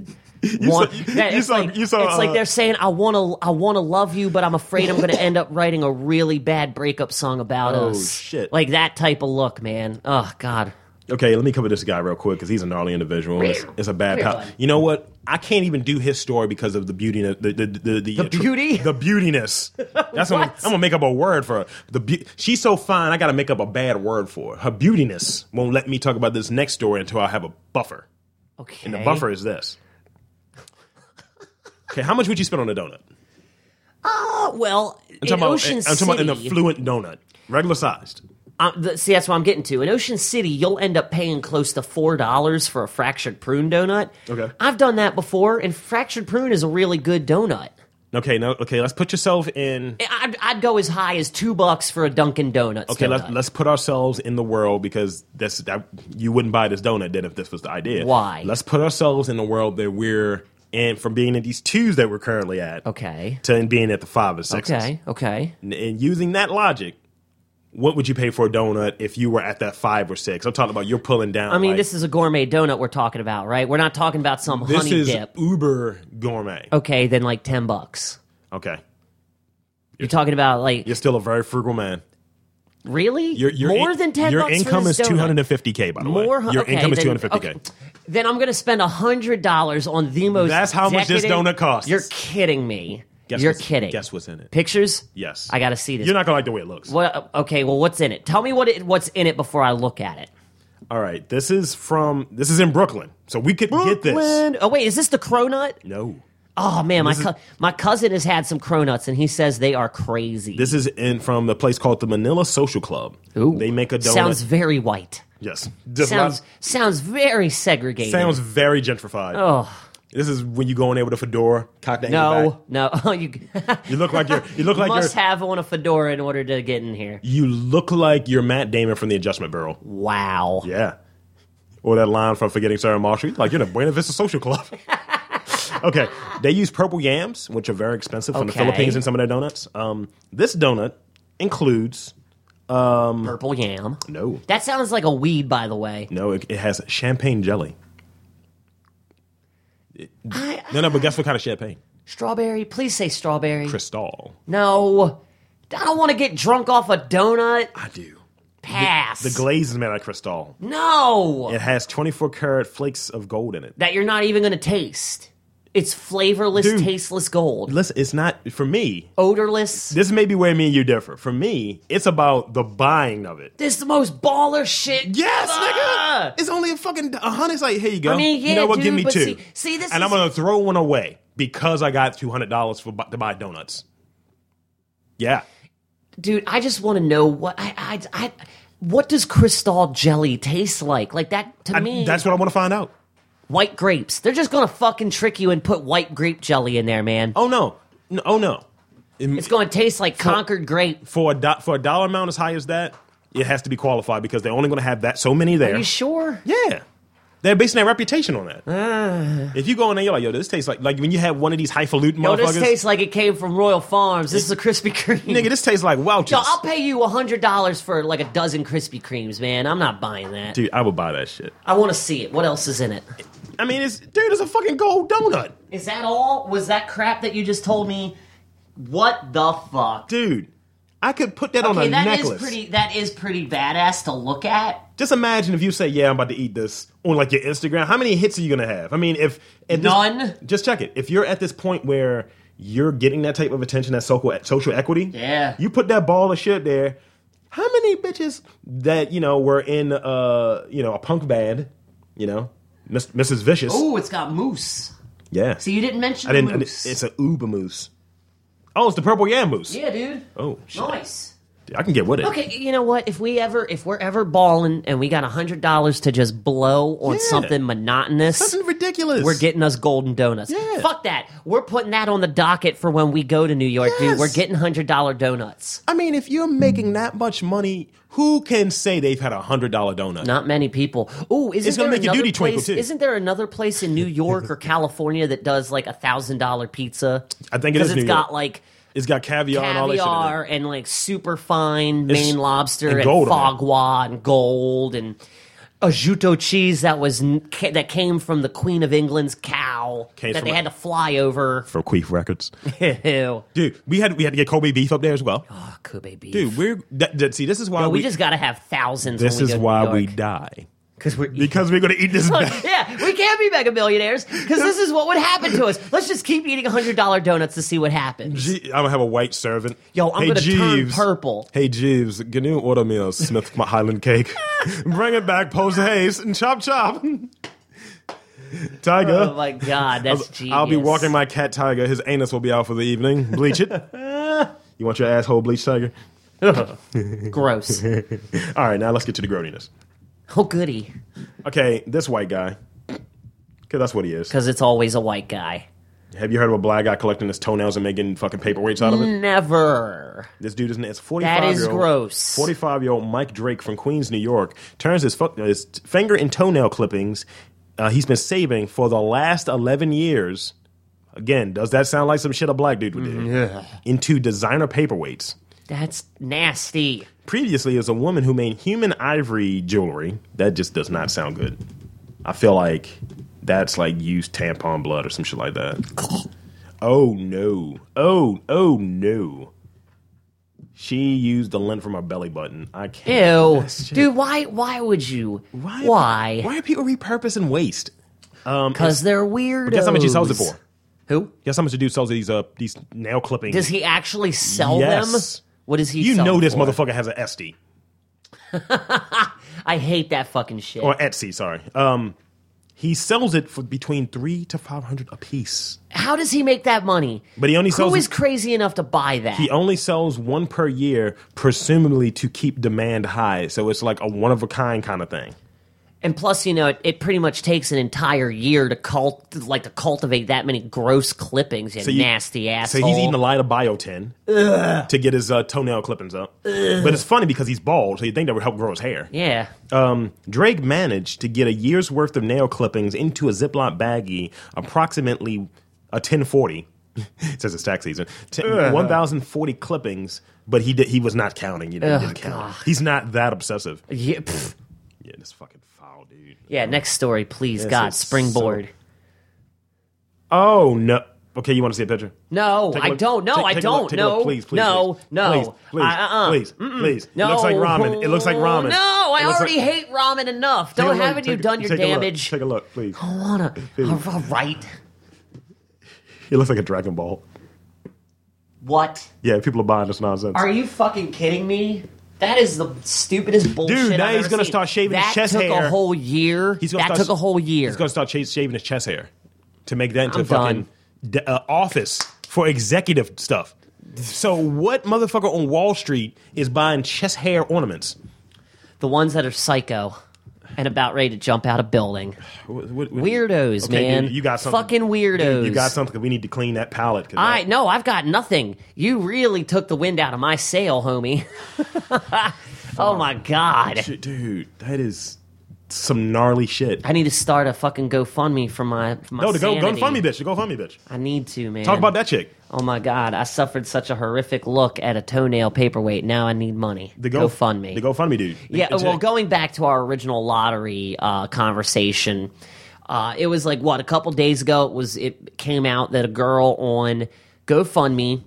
B: want.
A: saw-
B: that-
A: you
B: it's
A: saw-
B: like,
A: you saw,
B: it's like
A: uh,
B: they're saying, "I want to, I want to love you, but I'm afraid I'm going to end up writing a really bad breakup song about
A: Oh,
B: us."
A: shit.
B: Like that type of look, man. Oh God.
A: okay, let me cover this guy real quick because he's a gnarly individual. It's, it's a bad
B: Weird
A: pal.
B: one.
A: You know what? I can't even do his story because of the beauty, the the the the, the
B: beauty?
A: the beautiness. That's what I'm,
B: What?
A: I'm gonna make up a word for her. The be- she's so fine. I gotta make up a bad word for her. Her beautiness won't let me talk about this next story until I have a buffer.
B: Okay.
A: And the buffer is this. Okay, how much would you spend on a donut?
B: Oh, well, in
A: talking about-
B: Ocean
A: I'm talking about an
B: City-
A: affluent donut, regular sized.
B: Uh, th- see, that's what I'm getting to. In Ocean City, you'll end up paying close to four dollars for a fractured prune donut.
A: Okay.
B: I've done that before, and fractured prune is a really good donut.
A: Okay, no, okay. Let's put yourself in.
B: I- I'd, I'd go as high as two bucks for a Dunkin' Donuts.
A: Okay,
B: donut.
A: let's let's put ourselves in the world because that's that you wouldn't buy this donut then if this was the idea.
B: Why?
A: Let's put ourselves in the world that we're in from being at these twos that we're currently at.
B: okay,
A: To being at the five or six.
B: okay, okay.
A: And, and using that logic, what would you pay for a donut if you were at that five or six? I'm talking about you're pulling down.
B: I mean, this is a gourmet donut we're talking about, right? We're not talking about some
A: this
B: honey
A: is
B: dip.
A: uber gourmet.
B: Okay, then like ten bucks.
A: Okay,
B: You're talking about like
A: you're still a very frugal man.
B: really
A: Your, your
B: more
A: in-
B: than ten.
A: Your
B: bucks
A: income
B: for
A: is
B: this donut.
A: 250k by the
B: More
A: way. Your
B: okay,
A: income is
B: then-
A: 250k.
B: okay. Then I'm going to spend hundred dollars on the most.
A: That's how much this
B: decadent-
A: donut costs.
B: You're kidding me.
A: Guess
B: You're
A: what's-
B: kidding.
A: Guess what's in it?
B: Pictures?
A: Yes.
B: I got to see this.
A: You're not gonna like the way it looks.
B: What? Okay. Well, what's in it? Tell me what it, what's in it before I look at it.
A: All right, this is from this is in Brooklyn, so we could get this.
B: Brooklyn. Oh wait, is this the cronut?
A: No,
B: Oh man, my
A: This is-
B: cou- my cousin has had some cronuts and he says they are crazy.
A: this is in from the place called the Manila Social Club.
B: Ooh.
A: They make a donut.
B: sounds very white.
A: yes, Just
B: Sounds
A: lots-
B: sounds very segregated.
A: sounds very gentrified.
B: Oh.
A: This is when you go in there with a fedora, cock that angle
B: no,
A: back.
B: no. you
A: You look like you're. You look like you're.
B: must have on a fedora in order to get in here.
A: you look like you're Matt Damon from The Adjustment Bureau.
B: Wow.
A: Yeah. Or that line from Forgetting Sarah Marshall. Like, you're in a Buena Vista social club. okay. They use purple yams, which are very expensive from
B: Okay.
A: the Philippines in some of their donuts. Um, this donut includes,
B: Purple yam.
A: no,
B: That sounds like a weed, by the way.
A: no, it, it has champagne jelly. It- no, no, but guess what kind of champagne?
B: Strawberry. Please say strawberry.
A: Cristal.
B: No. I don't want to get drunk off a donut.
A: I do.
B: Pass.
A: The glaze is made out of Cristal.
B: no.
A: It has 24 karat flakes of gold in it.
B: That you're not even going to taste. It's flavorless,
A: Dude.
B: tasteless gold.
A: Listen, it's not for me.
B: Odorless.
A: This may be where me and you differ. For me, it's about the buying of it.
B: This is the most baller shit.
A: Yes,
B: Ah!
A: nigga. It's only a fucking a hundred. It's like, here you go.
B: I mean, yeah,
A: you know what?
B: dude,
A: Give me
B: but
A: two.
B: see- see, this
A: and I'm
B: is-
A: gonna throw one away because I got two hundred dollars for bu- to buy donuts. Yeah,
B: Dude, I just want to know what I, I, I what does Cristal jelly taste like? Like that to
A: I-
B: me.
A: that's what I want to find out.
B: white grapes. They're just gonna fucking trick you and put white grape jelly in there, man.
A: Oh no, no oh no.
B: It's gonna taste like Concord grape.
A: For a do- for a dollar amount as high as that, it has to be qualified because they're only gonna have that so many there.
B: Are you sure?
A: Yeah. They're basing their reputation on that. if you go in there, you're like, yo, this tastes like like when you have one of these highfalutin
B: Ah. Yo,
A: motherfuckers.
B: Oh, this tastes like it came from Royal Farms. This is a Krispy Kreme.
A: nigga, this tastes like Welch's.
B: Yo, I'll pay you hundred dollars for like a dozen Krispy Kremes, man. I'm not buying that.
A: Dude, I would buy that shit.
B: I want to see it. What else is in it?
A: I mean, it's dude, it's a fucking gold donut.
B: Is that all? Was that crap that you just told me? What the fuck?
A: Dude, I could put that on
B: Okay,
A: a
B: that is
A: necklace.
B: pretty. That is pretty badass to look at.
A: Just imagine if you say, "Yeah, I'm about to eat this" on like your Instagram. How many hits are you gonna have? I mean, if at this-
B: None.
A: just check it. If you're at this point where you're getting that type of attention, that social social equity,
B: Yeah.
A: you put that ball of shit there. How many bitches that you know were in uh you know a punk band, you know, Miss, Mrs. Vicious?
B: Oh, it's got moose.
A: Yeah,
B: So you didn't mention
A: I didn't. I
B: the
A: didn't-
B: moose.
A: it's a uber moose. Oh, it's the purple yam moose.
B: yeah, dude.
A: Oh shit,
B: Nice.
A: I can get with it.
B: Okay, you know what? If we ever, if we're ever balling and we got a hundred dollars to just blow on
A: Yeah.
B: something monotonous,
A: Something ridiculous.
B: we're getting us golden donuts.
A: Yeah.
B: Fuck that. We're putting that on the docket for when we go to New York, dude.
A: Yes.
B: We're getting hundred dollar donuts.
A: I mean, if you're making that much money, who can say they've had a hundred dollar donut?
B: Not many people. Ooh, isn't
A: It's gonna
B: there
A: make your
B: another
A: duty twinkle,
B: place,
A: too.
B: Isn't there another place in New York or California that does like a thousand dollar pizza?
A: I think it
B: because
A: is
B: it's
A: New
B: got
A: York.
B: like
A: It's got caviar, and all that shit. in
B: caviar
A: it.
B: and like super fine
A: It's-
B: Maine lobster
A: and
B: and,
A: gold on it.
B: fogwa and gold and ajuto cheese that was n- ca- that came from the Queen of England's cow
A: Came
B: that
A: from
B: they
A: a-
B: had to fly over.
A: For Queef Records,
B: Ew.
A: dude, we had we had to get Kobe beef up there as well,
B: Oh, Kobe beef.
A: dude. We're that, that- see, this is why
B: Yo, we,
A: we,
B: just got to have thousands.
A: this
B: when we
A: is
B: go to
A: why
B: New
A: we
B: York.
A: die
B: 'Cause we're eating.
A: because we're gonna eat this. back.
B: yeah, we can't be mega millionaires because this is what would happen to us. Let's just keep eating hundred dollar donuts to see what happens.
A: Gee, I'm gonna have a white servant.
B: Yo, I'm
A: hey,
B: gonna
A: Jeeves.
B: turn purple.
A: Hey Jeeves, can you order me a Smith Highland cake? Bring it back, post haste, and chop chop. Tiger.
B: Oh my god, that's genius.
A: I'll be walking my cat Tiger. His anus will be out for the evening. Bleach it. you want your asshole bleached, Tiger?
B: gross.
A: All right, now let's get to the groaniness.
B: Oh goody,
A: Okay, this white guy, because that's what he is.
B: because it's always a white guy.
A: Have you heard of a black guy collecting his toenails and making fucking paperweights out of it?
B: Never.
A: This dude is it's
B: Mm. That
A: forty-five.
B: is
A: year old,
B: gross.
A: Forty-five-year-old Mike Drake from Queens, New York, turns his, fu- his finger and toenail clippings uh, he's been saving for the last eleven years. Again, does that sound like some shit a black dude would do?
B: Mm,
A: Into designer paperweights.
B: That's nasty.
A: previously as a woman who made human ivory jewelry. That just does not sound good. I feel like that's like used tampon blood or some shit like that. Oh no. Oh, oh no. She used the lint from her belly button. I can't.
B: Ew,
A: That's just-
B: dude. Why? Why would you? Why?
A: Why are people repurposing waste?
B: Because they're weird.
A: Guess how much she sells it for?
B: Who
A: Guess how much the dude sells these uh these nail clippings?
B: does he actually sell
A: Yes.
B: them? What does he?
A: you
B: sell
A: know
B: them
A: this
B: for?
A: motherfucker has an SD
B: I hate that fucking shit.
A: or Etsy. Sorry. Um, he sells it for between three to five hundred a piece.
B: How does he make that money?
A: But he only sells
B: Who is crazy enough to buy that?
A: He only sells one per year, presumably to keep demand high. So it's like a one of a kind kind of thing.
B: and plus, you know, it, it pretty much takes an entire year to cult like to cultivate that many gross clippings. You
A: you-
B: nasty
A: So
B: asshole.
A: he's eating a lot of biotin to get his uh, toenail clippings up. But it's funny because he's bald, so you think that would help grow his hair.
B: yeah.
A: Um, Drake managed to get a year's worth of nail clippings into a Ziploc baggie, approximately a 1040. it says it's tax season. T- 1,040 clippings, but he did, he was not counting. You know, he didn't count. He's not that obsessive.
B: Yeah. pff.
A: Yeah, this fucking foul dude.
B: Yeah. Next story, please. God,
A: is so-
B: springboard.
A: Oh no. Okay, you want to see a picture?
B: No,
A: Take a
B: I
A: look.
B: don't. No,
A: Take-
B: I
A: take a
B: don't.
A: look. Take a
B: no,
A: look. please, please,
B: no,
A: please.
B: no.
A: please, please,
B: Uh-uh.
A: please, please.
B: No.
A: It looks like ramen. It looks like ramen.
B: No, I
A: It looks
B: already
A: like-
B: hate ramen enough.
A: Take a
B: Don't
A: look.
B: haven't you
A: Take a-
B: done your
A: take a look.
B: damage?
A: Take a look, please.
B: I wanna. All right.
A: He looks like a Dragon Ball.
B: What?
A: Yeah, people are buying this nonsense.
B: Are you fucking kidding me? That is the stupidest bullshit.
A: now
B: I've
A: he's
B: ever
A: gonna
B: seen.
A: start shaving his
B: that
A: chest
B: took
A: hair.
B: a whole year.
A: He's gonna
B: that
A: start-
B: took a whole year.
A: He's going to start sh- shaving his chest hair to make that into
B: I'm
A: fucking
B: done.
A: d- uh, office for executive stuff. So what motherfucker on Wall Street is buying chest hair ornaments?
B: the ones that are psycho and about ready to jump out a building.
A: What- what- what-
B: Weirdos,
A: Okay,
B: man.
A: dude, you got something.
B: Fucking weirdos.
A: Dude, you got something. We need to clean that palette. 'cause that-
B: I no, I've got nothing. You really took the wind out of my sail, homie. oh my god.
A: Shit, dude, that is some gnarly shit.
B: I need to start a fucking GoFundMe for my for my
A: No, to go, go
B: sanity.
A: fund me, bitch. To go fund me, bitch.
B: I need to, man.
A: Talk about that chick.
B: Oh my god, I suffered such a horrific look at a toenail paperweight. Now I need money.
A: The
B: go, GoFundMe.
A: The GoFundMe dude.
B: Yeah,
A: The
B: well,
A: chick.
B: going back to our original lottery uh, conversation, uh, it was like what a couple days ago. It was it came out that a girl on GoFundMe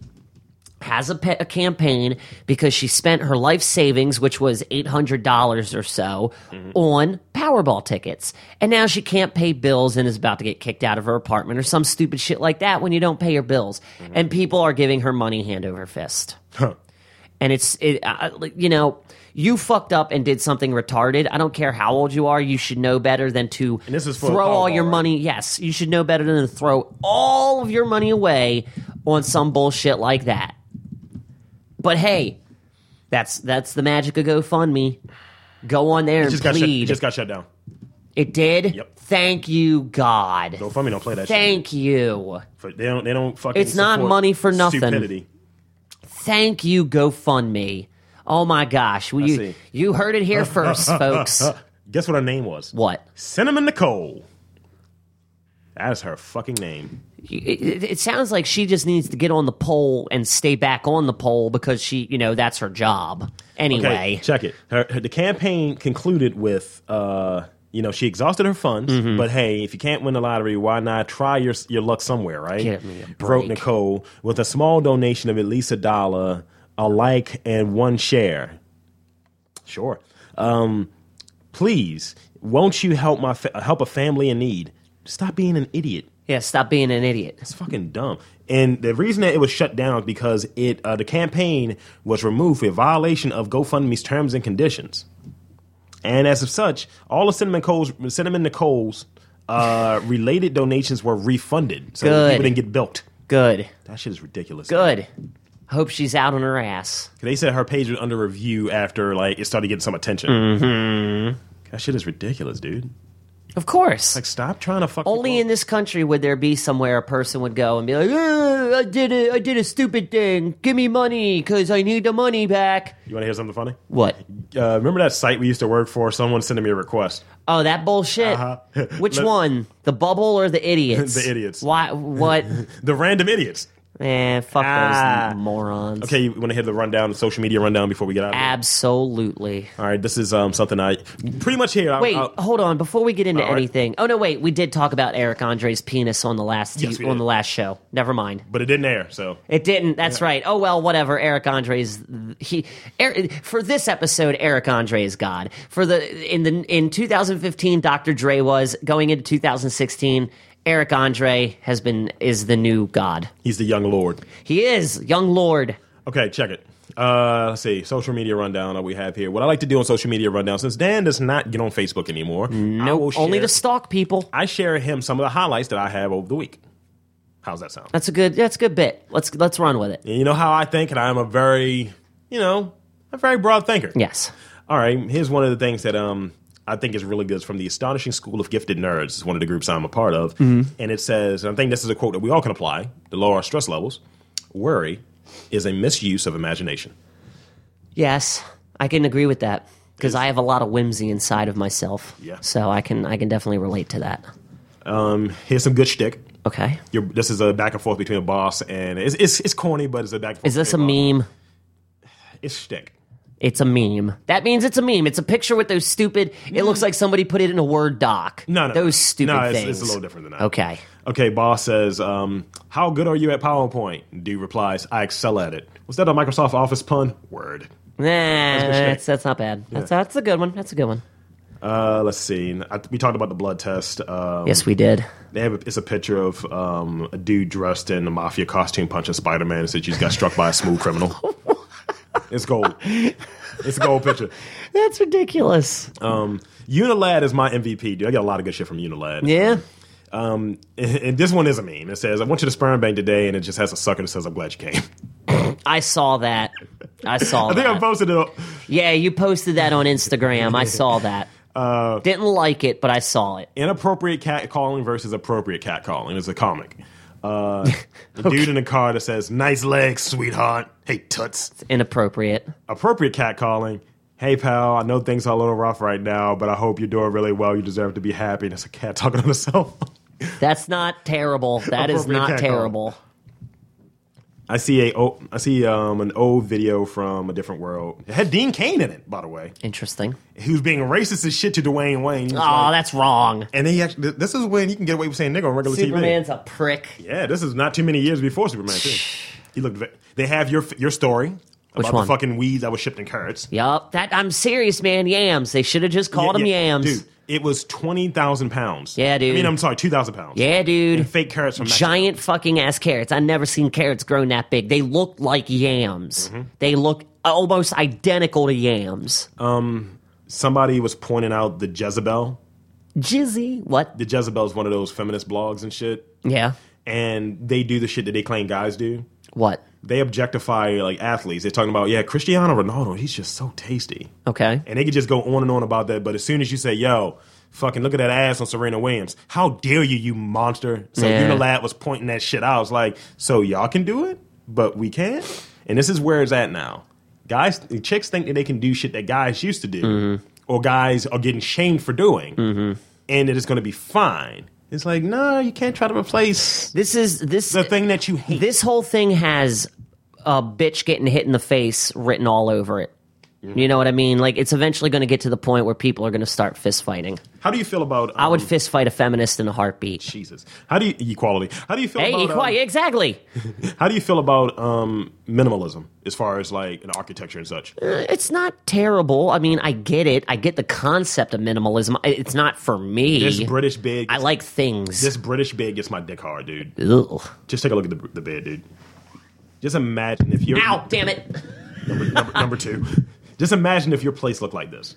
B: has a, pe- a campaign because she spent her life savings, which was eight hundred dollars or so, on Powerball tickets, and now she can't pay bills and is about to get kicked out of her apartment or some stupid shit like that when you don't pay your bills, and people are giving her money hand over fist and it's it, I, I- you know you fucked up and did something retarded i don't care how old you are you should know better than to
A: this is for
B: throw all
A: Powerball,
B: your
A: right?
B: money yes you should know better than to throw all of your money away on some bullshit like that but hey that's that's the magic of gofundme go on there and
A: just got shut,
B: plead
A: just got shut down.
B: it did
A: Yep.
B: thank you god
A: GoFundMe don't play that shit.
B: thank you
A: For- They don't. They don't fucking.
B: It's not
A: support
B: money for nothing.
A: Stupidity.
B: thank you gofundme oh my gosh well, you
A: see.
B: you heard it here first folks
A: Guess what her name was?
B: what
A: Cinnamon Nicole. That is her fucking name.
B: it, it- it sounds like she just needs to get on the pole and stay back on the pole because she, you know, that's her job anyway.
A: check it. Her, her- the campaign concluded with, uh, you know, she exhausted her funds,
B: Mm-hmm.
A: but hey, if you can't win the lottery, why not try your your luck somewhere, right?
B: Give me a
A: Wrote
B: break.
A: Nicole with a small donation of at least a dollar, a like, and one share. Sure. Um, please, won't you help my fa- help a family in need? Stop being an idiot.
B: Yeah, stop being an idiot.
A: It's fucking dumb. And the reason that it was shut down is because it uh, the campaign was removed for violation of GoFundMe's terms and conditions. And as of such, all of Cinnamon Cole's Cinnamon Nicole's uh, related donations were refunded, so
B: Good.
A: people didn't get bilked.
B: Good.
A: That shit is ridiculous.
B: Good. Hope she's out on her ass.
A: They said her page was under review after like it started getting some attention.
B: Mm-hmm.
A: That shit is ridiculous, dude.
B: Of course.
A: Like, stop trying to fuck.
B: Only in this country would there be somewhere a person would go and be like, "Ugh, "I did it. I did a stupid thing. Give me money cuz I need the money back."
A: You want to hear something funny?
B: What?
A: Uh, remember that site we used to work for? Someone sent me a request.
B: Oh, that bullshit. Which one? The bubble or the idiots?
A: Uh-huh. The idiots.
B: Why what?
A: The random idiots.
B: Eh, fuck
A: Ah.
B: those morons.
A: Okay, you want to hit the rundown, the social media rundown before we get out of here?
B: Absolutely.
A: All right, this is um, something I pretty much here. I,
B: Ah. Wait,
A: I-
B: hold on. Before we get into
A: All right.
B: anything, oh no, wait, we did talk about Eric Andre's penis on the last
A: Yes, we
B: on
A: did.
B: the last show. Never mind,
A: but it didn't air, so
B: it didn't. That's right. Oh well, whatever. Eric Andre's he er, for this episode. Eric Andre is God. For the in the in 2015, Dr. Dre was going into 2016. Eric Andre has been is the new God.
A: he's the young lord.
B: He is young Lord.
A: Okay, check it. Uh, let's see, social media rundown that we have here. What I like to do on social media rundown, since Dan does not get on Facebook anymore, no,
B: No, only to stalk people.
A: I share him some of the highlights that I have over the week. How's that sound?
B: That's a good. That's a good bit. Let's let's run with it.
A: And you know how I think, and I'm a very, you know, a very broad thinker.
B: Yes.
A: All right, here's one of the things that um I think is really good It's from the astonishing school of gifted nerds. It's one of the groups I'm a part of,
B: Mm-hmm.
A: and it says, and I think this is a quote that we all can apply to lower our stress levels. Worry is a misuse of imagination.
B: Yes, I can agree with that because I have a lot of whimsy inside of myself.
A: Yeah.
B: So I can I can definitely relate to that.
A: Here's some good shtick.
B: Okay.
A: Your this is a back and forth between a boss and it's it's, it's corny, but it's a back. And forth
B: Is this a
A: between boss.
B: meme?
A: It's shtick.
B: It's a meme. That means it's a meme. It's a picture with those stupid. It looks like somebody put it in a Word doc.
A: Mm. No, no,
B: Those stupid
A: no, it's,
B: things.
A: It's a little different than that.
B: Okay.
A: Okay, boss says, um, "How good are you at PowerPoint?" Dude replies, "I excel at it." Was that a Microsoft Office pun? Word.
B: Nah, that's, that's not bad. That's that's a good one. That's a good one.
A: Uh, let's see. I, we talked about the blood test. Um,
B: Yes, we did.
A: They have a, it's a picture of um, a dude dressed in a mafia costume punching Spider Man and said she got struck by a smooth criminal. it's gold. It's a gold picture.
B: That's ridiculous.
A: Unilad is my MVP, dude. I get a lot of good shit from Unilad.
B: yeah.
A: Um, and, and this one is a meme. It says, "I went to the sperm bank today," and it just has a sucker that says, "I'm glad you came."
B: I saw that. I saw
A: I think
B: that.
A: I posted it. on-
B: yeah, you posted that on Instagram. I saw that.
A: Uh,
B: Didn't like it, but I saw it.
A: Inappropriate cat calling versus appropriate cat calling. It's a comic. Uh, the dude in the car that says, "Nice legs, sweetheart." Hey, toots.
B: It's inappropriate.
A: appropriate cat calling. Hey pal, I know things are a little rough right now, but I hope you're doing really well. You deserve to be happy. And it's a cat talking on the cell phone.
B: That's not terrible. That is
A: Appropriate
B: not
A: cat calling.
B: terrible.
A: I see a o- I see um, an old video from a different world. It had Dean Kane in it, by the way.
B: Interesting.
A: He was being racist as shit to Dwayne Wayne. He was
B: Oh,
A: like-
B: that's wrong.
A: and he actually, th- this is when you can get away with saying nigga on regular
B: Superman's a prick.
A: TV. Yeah, this is not too many years before Superman. Too. He looked. Ve- they have your f- your story
B: Which
A: about
B: one?
A: the fucking weeds that was shipped in carrots.
B: Yup. That I'm serious, man. Yams. They should have just called
A: Yeah,
B: him
A: yeah.
B: yams.
A: Dude, it was twenty thousand pounds.
B: Yeah, dude.
A: I mean, I'm sorry, two thousand pounds.
B: Yeah, dude.
A: fake carrots from Mexico.
B: Giant fucking ass carrots. I never seen carrots grown that big. They look like yams.
A: Mm-hmm.
B: They look almost identical to yams.
A: Oh. Somebody was pointing out the Jezebel.
B: Jizzy. What?
A: The Jezebel is one of those feminist blogs and shit,
B: Yeah.
A: and they do the shit that they claim guys do.
B: What?
A: They objectify like athletes. They're talking about yeah, Cristiano Ronaldo. He's just so tasty,
B: Okay.
A: and they could just go on and on about that. But as soon as you say yo. Fucking look at that ass on Serena Williams. How dare you, you monster? So
B: Yeah.
A: Unilad was pointing that shit out. I was like, so y'all can do it, but we can't. And this is where it's at now. Guys, chicks think that they can do shit that guys used to do,
B: Mm-hmm.
A: or guys are getting shamed for doing, and it is going to be fine. It's like, no, you can't try to replace
B: This is this
A: the thing that you hate.
B: this whole thing has a bitch getting hit in the face written all over it.
A: Mm-hmm.
B: You know what I mean? Like it's eventually going to get to the point where people are going to start fist fighting.
A: How do you feel about?
B: I would
A: um,
B: fist fight a feminist in a heartbeat.
A: Jesus. How do you equality? How do you feel
B: Hey,
A: about? um,
B: equi- exactly.
A: how do you feel about um, minimalism as far as like an architecture and such?
B: Uh, It's not terrible. I mean, I get it. I get the concept of minimalism. I- It's not for me.
A: This British bed.
B: I like things.
A: this British bed gets my dick hard, dude.
B: Ugh.
A: Just take a look at the, the bed, dude. Just imagine if you're
B: Ow, damn it.
A: number, number two. Just imagine if your place looked like this.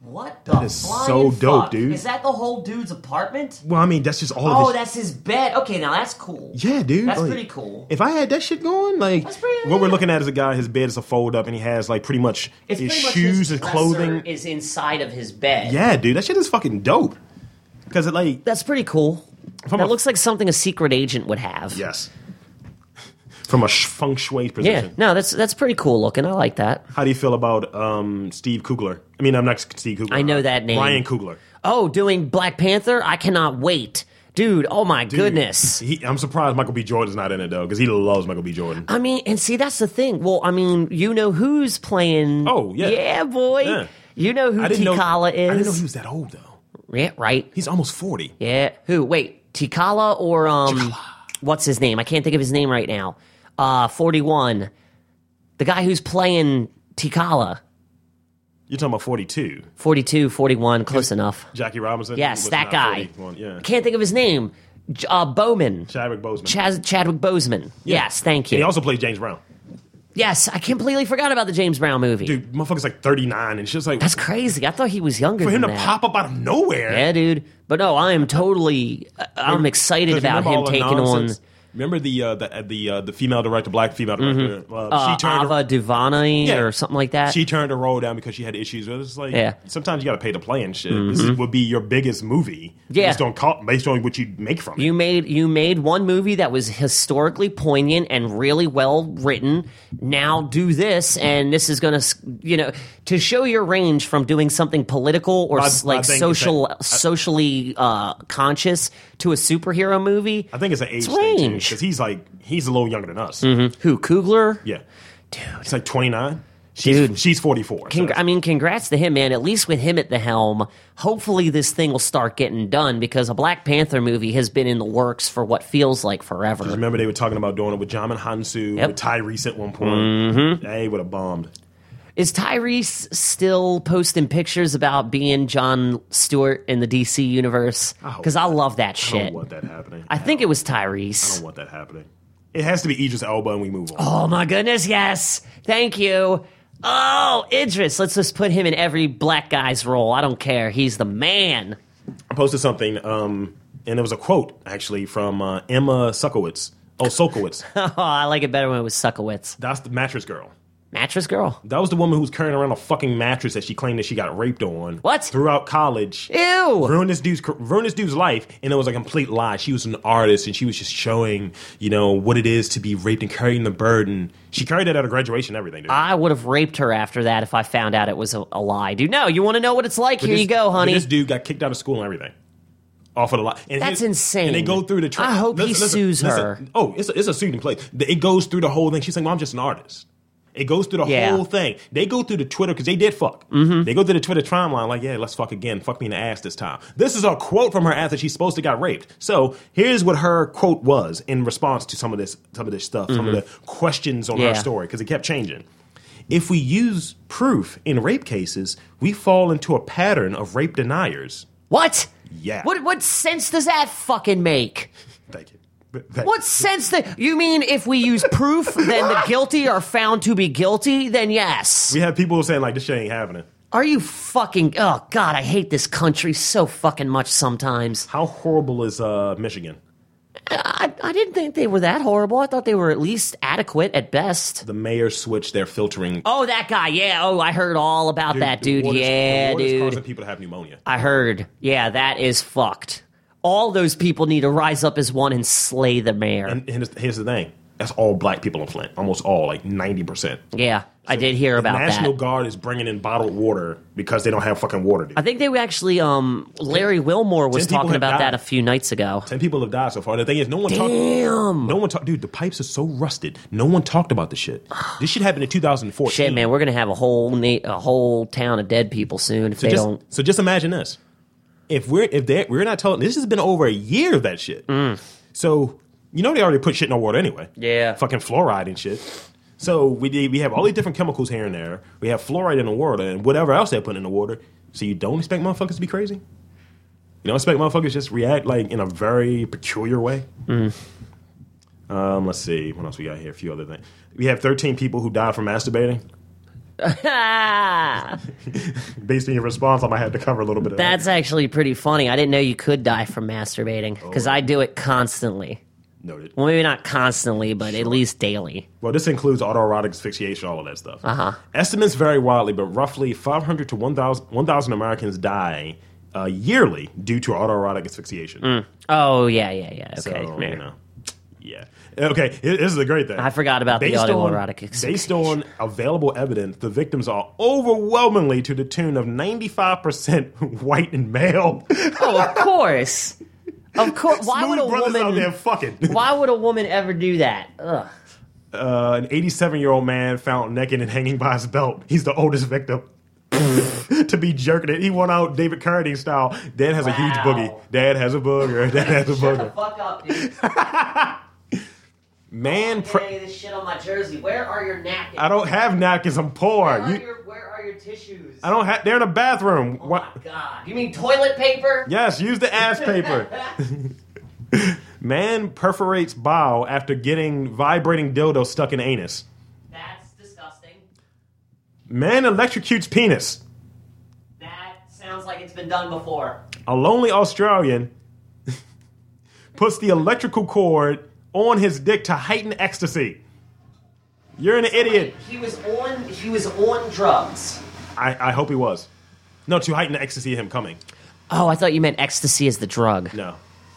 B: What the That
A: is so dope, dude.
B: Is that the whole dude's apartment?
A: Well, I mean, that's just all. of
B: Oh,
A: his-
B: that's his bed. Okay, now that's cool.
A: Yeah, dude.
B: That's
A: Like,
B: pretty cool.
A: If I had that shit going, like
B: That's pretty-
A: what we're looking at is a guy. His bed is a fold up, and he has like pretty much
B: It's
A: his
B: pretty much
A: shoes
B: his
A: and
B: dresser
A: clothing.
B: is inside of his bed.
A: yeah, dude, that shit is fucking dope. Because it like
B: That's pretty cool.
A: From
B: that
A: a-
B: looks like something a secret agent would have.
A: yes, from a sh- feng shui
B: Yeah.
A: position.
B: No, that's that's pretty cool looking. I like that.
A: How do you feel about um, Steve Kugler? I mean, I'm not Steve Kugler.
B: I know that name.
A: Ryan Kugler.
B: Oh, doing Black Panther? I cannot wait. Dude, oh my goodness.
A: He, I'm surprised Michael B. Jordan's not in it though, because he loves Michael B. Jordan.
B: I mean, and see that's the thing. Well, I mean, you know who's playing
A: Oh, yeah.
B: Yeah, boy.
A: Yeah.
B: You know who
A: I didn't know.
B: Tikala is.
A: I didn't know he was that old though.
B: yeah, right.
A: He's almost forty.
B: Yeah. Who? Wait, Tikala or um, what's his name? I can't think of his name right now. Uh, forty-one. The guy who's playing Tikala,
A: You're talking about 42.
B: 42, 41, close enough.
A: Jackie Robinson.
B: Yes,
A: was
B: that
A: not
B: guy.
A: 41, Yeah.
B: Can't think of his name. J- Uh, Bowman.
A: Chadwick Boseman.
B: Chaz- Chadwick Boseman. Yes, thank
A: He
B: you.
A: also plays James Brown.
B: yes, I completely forgot about the James Brown movie.
A: Dude, motherfucker's like 39, and she's like,
B: That's crazy. I thought he was younger
A: for him to
B: than that.
A: pop up out of nowhere.
B: yeah, dude. But no, I am totally. I- I'm excited
A: Because
B: about
A: remember all
B: him
A: the
B: taking
A: nonsense- Remember the uh, the uh, the, uh, the female director, black female director. Uh,
B: on uh,
A: she turned her,
B: Ava Duvani
A: Yeah.
B: or something like that.
A: she turned her role down because she had issues. It was like
B: Yeah. Mm-hmm.
A: sometimes you got to pay to play and shit. This is, would be your biggest movie.
B: Yeah.
A: based on co- based on what you make from it.
B: You made you made one movie that was historically poignant and really well written. Now do this, and this is going to you know to show your range from doing something political or
A: I-
B: s-
A: I
B: like
A: think
B: social
A: that- I-
B: socially uh, conscious to a superhero movie.
A: I think it's an age
B: It's
A: thing
B: range.
A: because he's like he's a little younger than us.
B: Who Kugler?
A: Yeah, dude, it's like twenty nine. She's,
B: Dude.
A: she's forty four.
B: Congr- I mean, congrats to him, man. At least with him at the helm, hopefully this thing will start getting done because a Black Panther movie has been in the works for what feels like forever.
A: Remember they were talking about doing it with Jamin Hansu,
B: Yep. Mm-hmm.
A: with Tyrese at one point. They would have bombed.
B: Is Tyrese still posting pictures about being John Stewart in the DC universe?
A: hope
B: Because I love that
A: I
B: shit.
A: don't want that happening.
B: I think it was
A: I
B: Tyrese.
A: don't want that happening. It has to be Idris Elba, and we move on.
B: Oh my goodness, yes. Thank you. Oh, Idris. Let's just put him in every black guy's role. I don't care. He's the man.
A: I posted something, um, and it was a quote actually from uh, Emma Sokowitz. Oh, Sokowitz.
B: Oh, I like it better when it was Suckowitz.
A: That's the mattress girl.
B: Mattress girl.
A: That was the woman who was carrying around a fucking mattress that she claimed that she got raped on.
B: What?
A: Throughout college.
B: Ew.
A: Ruined this dude's car- ruined this dude's life, and it was a complete lie. She was an artist, and she was just showing, you know, what it is to be raped and carrying the burden. She carried it at her graduation, and everything. Dude.
B: I would have raped her after that if I found out it was a, a lie. Dude, no, you want to know what it's like? Here
A: This-
B: you go, honey.
A: This dude got kicked out of school and everything. Off of the lot. And
B: That's
A: his-
B: insane.
A: And they go through the. Tra-
B: I hope he sues her.
A: Oh, it's a, it's a suit in place. The- It goes through the whole thing. She's like, "Well, I'm just an artist." It goes through the
B: Yeah.
A: whole thing. They go through the Twitter because they did fuck. Mm-hmm. They go through the Twitter timeline like, "Yeah, let's fuck again. Fuck me in the ass this time." This is a quote from her ass that she's supposed to got raped. So here's what her quote was in response to some of this, some of this stuff, some of the questions on
B: Mm-hmm. Yeah.
A: her story because it kept changing. If we use proof in rape cases, we fall into a pattern of rape deniers.
B: what?
A: Yeah.
B: What what sense does that fucking make?
A: Thank you. But- thank-
B: What sense that you mean if we use proof then the guilty are found to be guilty, then yes.
A: We have people saying like this shit ain't happening.
B: Are you fucking oh god, I hate this country so fucking much sometimes.
A: How horrible is uh, Michigan?
B: I, I didn't think they were that horrible. I thought they were at least adequate at best.
A: The mayor switched their filtering.
B: Oh, that guy. Yeah. Oh, I heard all about that,
A: the
B: dude.
A: water's-
B: yeah,
A: the water's
B: dude.
A: causing people to have pneumonia.
B: I heard. Yeah, that is fucked. All those people need to rise up as one and slay the mayor.
A: And here's, here's the thing: that's all black people in Flint, almost all, like ninety percent.
B: yeah, I did hear about
A: National
B: that.
A: Guard is bringing in bottled water because they don't have fucking water. Dude.
B: I think they were actually um Larry Wilmore was
A: Ten people
B: talking
A: have
B: about that
A: died.
B: a few nights ago.
A: Ten people have died so far. The thing is, no one talked.
B: Damn.
A: No one talked. Dude, the pipes are so rusted. No one talked about this shit. This shit happened in 2014.
B: Shit, man, we're gonna have a whole na- a whole town of dead people soon if they
A: just,
B: don't.
A: So just imagine this: if we're if they we're not telling this has been over a year of that shit. So you know they already put shit in our water anyway.
B: Mm. Yeah.
A: fucking fluoride and shit. So we did- we have all these different chemicals here and there. We have fluoride in the water and whatever else they put in the water. So you don't expect motherfuckers to be crazy. You don't expect motherfuckers to just react like in a very peculiar way.
B: Mm.
A: Um, let's see what else we got here. A few other things. We have 13 people who died from masturbating.
B: Ah,
A: Based on your response, I might have to cover a little bit of that.
B: that's actually pretty funny. I didn't know you could die from masturbating
A: Oh,
B: because I do it constantly.
A: Noted.
B: Well, maybe not constantly, but at least daily.
A: Well, this includes autoerotic asphyxiation, all of that stuff. Uh-huh. Estimates vary widely, but roughly 500 to 1,000 1,000 Americans die uh, yearly due to autoerotic asphyxiation.
B: Oh yeah, yeah, yeah. Okay,
A: So,
B: man.
A: you know, yeah. Okay, here- this is the great thing.
B: I forgot about the
A: on,
B: autoerotic
A: based on available evidence, the victims are overwhelmingly to the tune of 95% white and male.
B: Oh, of course, of course. Why would a
A: Smooth brothers out there
B: woman?
A: fucking.
B: Why would a woman ever do that? Ugh.
A: Uh, an 87 year old man found naked and hanging by his belt. He's the oldest victim to be jerking it. He went out David Carradine style. Dad has a huge
B: Wow.
A: boogie. Dad has a booger. Dad has a
B: Shut the
A: booger.
B: fuck up, dude.
A: Man,
B: Get
A: pre-
B: any of this shit on my jersey. Where are your napkins?
A: I don't have napkins. I'm poor.
B: Where are,
A: You,
B: your, where are your tissues?
A: I don't have. They're in the bathroom.
B: Oh
A: Why
B: my god. You mean toilet paper?
A: Yes, use the ass paper. Man perforates bowel after getting vibrating dildo stuck in anus.
B: That's disgusting.
A: Man electrocutes penis.
B: That sounds like it's been done before.
A: a lonely Australian puts the electrical cord on his dick to heighten ecstasy. You're an idiot.
B: He was on. He was on drugs.
A: I, I hope he was. No, to heighten the ecstasy of him coming.
B: Oh, I thought you meant ecstasy as the drug.
A: No,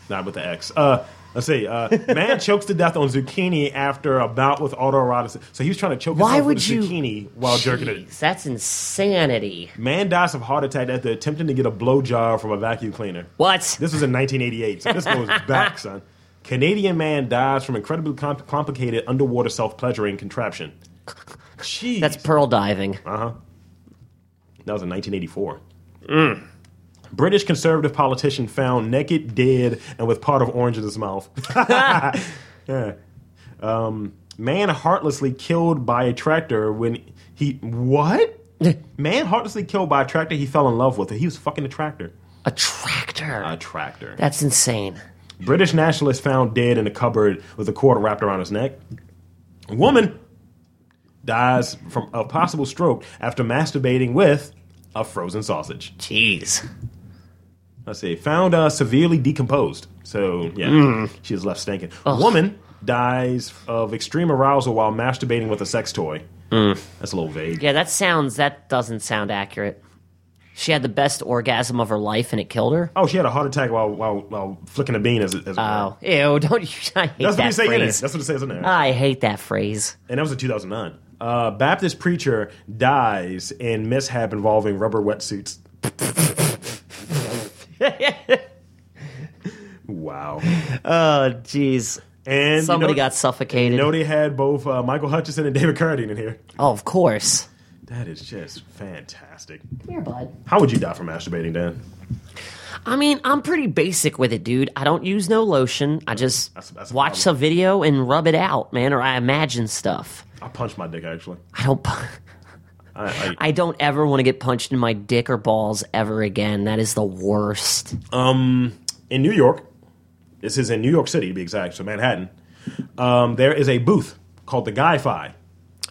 A: not with the X. Uh, let's see. Uh, man chokes to death on zucchini after a bout with autoerotic. So he was trying to choke
B: Why
A: himself
B: would
A: with a
B: you?
A: zucchini while jerking it.
B: Jeez, That's insanity.
A: Man dies of heart attack after attempting to get a blowjob from a vacuum cleaner.
B: What?
A: This was in 1988, so this goes back, son. Canadian man dies from incredibly com- complicated underwater self-pleasuring contraption. Jeez.
B: That's pearl diving.
A: that was in 1984. British conservative politician found naked, dead, and with part of orange in his mouth. yeah. Um, Man heartlessly killed by a tractor when he what? Man heartlessly killed by a tractor he fell in love with. It. He was fucking a tractor.
B: A tractor.
A: A tractor.
B: That's insane.
A: British nationalist found dead in a cupboard with a cord wrapped around his neck. Woman dies from a possible stroke after masturbating with a frozen sausage.
B: Jeez.
A: Let's see. Found uh, severely decomposed. So, yeah,
B: Hmm.
A: she was left stinking. Woman dies of extreme arousal while masturbating with a sex toy.
B: Hmm.
A: That's a little vague.
B: Yeah, that sounds. That doesn't sound accurate. She had the best orgasm of her life, and it killed her.
A: Oh, she had a heart attack while while, while flicking a bean as, it- as it
B: Oh, ew! Don't you? I
A: That's what
B: hate that
A: they say in it.
B: phrase.
A: That's what it says in there.
B: I hate that phrase.
A: and that was in 2009. Uh, Baptist preacher dies in mishap involving rubber wetsuits. wow.
B: Oh, jeez.
A: And
B: Somebody
A: Uh, you know,
B: got suffocated.
A: You know they had both uh, Michael Hutchison and David Carradine in here.
B: oh, of course.
A: That is just fantastic.
B: Here, bud.
A: How would you die from masturbating, Dan?
B: I mean, I'm pretty basic with it, dude. I don't use no lotion. I just
A: That's- that's a
B: watch
A: problem.
B: some video and rub it out, man, or I imagine stuff.
A: I punched my dick actually.
B: I don't. pu-
A: I, I,
B: I don't ever want to get punched in my dick or balls ever again. That is the worst.
A: in New York. This is in New York City, to be exact, so Manhattan. Um, there is a booth called the Guy Fi.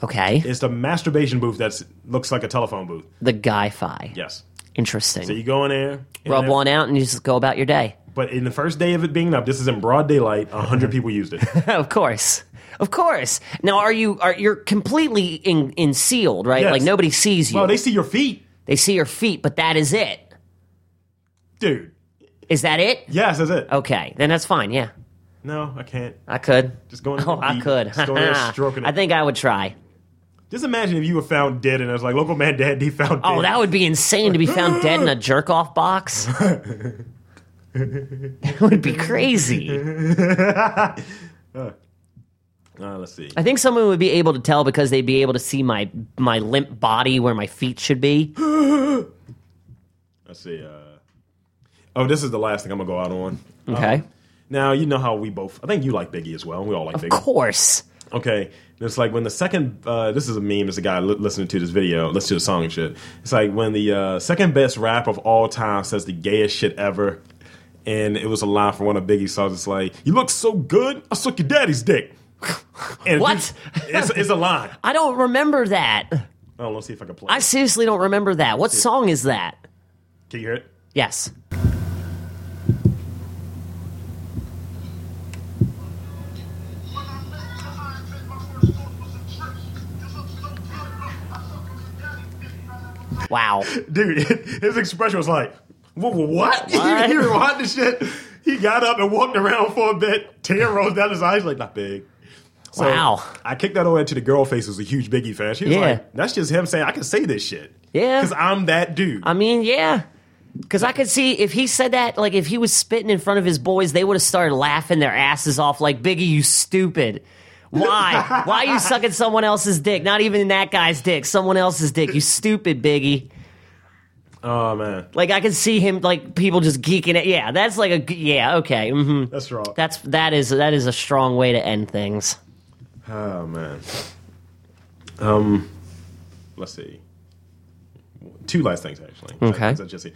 B: Okay.
A: It's the masturbation booth that looks like a telephone booth.
B: the guy fi.
A: Yes.
B: Interesting.
A: So you go in there, in
B: Rub
A: there-
B: one out and you just go about your day.
A: But in the first day of it being up, this is in broad daylight. A hundred people used it.
B: of course. Of course. Now are you are you're completely in, in sealed, right?
A: Yes.
B: Like nobody sees you.
A: Well, they see your feet,
B: they see your feet, but that is it.
A: dude.
B: Is that it?
A: Yes, that's it.
B: Okay. Then that's fine. Yeah.
A: No, I can't.
B: I could.
A: Just go in
B: Oh,
A: there and
B: I
A: eat.
B: could.
A: Just go in there stroking it.
B: I think I would try.
A: Just imagine if you were found dead, and I was like, "Local man dead. He found dead."
B: Oh, that would be insane to be found dead in a jerk off box. that would be crazy.
A: Uh, let's see.
B: I think someone would be able to tell because they'd be able to see my my limp body where my feet should be.
A: Let's see. Uh, oh, this is the last thing I'm gonna go out on.
B: Okay.
A: Now you know how we both. I think you like Biggie as well. We all like
B: Of
A: Biggie.
B: course.
A: Okay, it's like when the second. Uh, this is a meme. There's a guy li- listening to this video, listen to the song and shit. It's like when the uh, second best rap of all time says the gayest shit ever, and it was a line from one of Biggie's songs. It's like, "You look so good, I suck your daddy's dick." And if
B: What?
A: you- it's, it's a line.
B: I don't remember that.
A: Oh, let's see if I can play.
B: I
A: it.
B: seriously don't remember that. What song is that?
A: Can you hear it?
B: Yes. Wow.
A: Dude, his expression was like, "Wha- wha- "What?"
B: What?
A: he rewound the shit. He got up and walked around for a bit. Tear rolled down his eyes like, "Not big." So,
B: Wow.
A: I kicked that over to the girl face. Who's a huge Biggie fan. She was
B: Yeah.
A: like, "That's just him saying I can say this shit."
B: Yeah.
A: because I'm that dude.
B: I mean, yeah. Because I could see if he said that, like if he was spitting in front of his boys, they would have started laughing their asses off, like, Biggie, you stupid. Why? Why you sucking someone else's dick? Not even that guy's dick, someone else's dick. You stupid, Biggie.
A: oh man,
B: Like I can see him, like people just geeking it. Yeah, that's like a g- yeah. Okay, hmm
A: that's wrong.
B: that's that is that is a strong way to end things.
A: oh man. Um, let's see. Two last things actually.
B: Okay.
A: So, Jesse,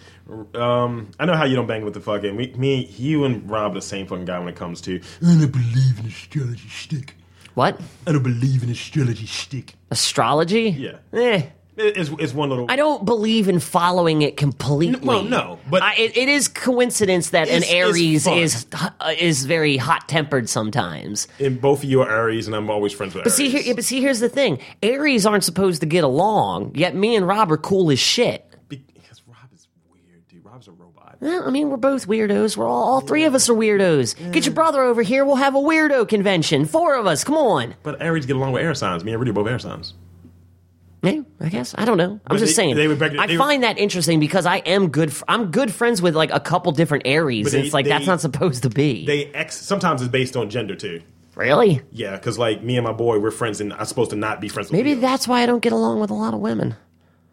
A: um, I know how you don't bang with the fucking me, me. You and Rob are the same fucking guy when it comes to
C: I don't believe in astrology stick.
B: What
C: I don't believe in astrology stick.
B: astrology?
A: Yeah.
B: Eh.
A: It- It's, it's one little.
B: I don't believe in following it completely.
A: Well, no, but-
B: I, it, it is coincidence that
A: It's-
B: an
A: it's
B: Aries
A: fun.
B: is uh, is very hot tempered sometimes.
A: And both of you are Aries, and I'm always friends with
B: But
A: Aries.
B: see here, yeah, but see here's the thing: Aries aren't supposed to get along. Yet me and Rob are cool as shit.
A: because Rob is weird, dude. Rob's a robot.
B: Eh, I mean, we're both weirdos. We're all, all three of us are weirdos. Get your brother over here. We'll have a weirdo convention. Four of us. Come on.
A: But Aries get along with air signs. Me and Rudy are both air signs.
B: Yeah, I guess I don't know. I'm just
A: they-
B: saying.
A: they would back-
B: I
A: they would-
B: find that interesting because I am good. Fr- I'm good friends with like a couple different Aries,
A: But
B: and
A: they-
B: it's like that's
A: they-
B: not supposed to be.
A: They ex. Sometimes it's based on gender too.
B: really?
A: Yeah, because like me and my boy, we're friends, and I'm supposed to not be friends. with
B: Maybe
A: Leo.
B: that's why I don't get along with a lot of women.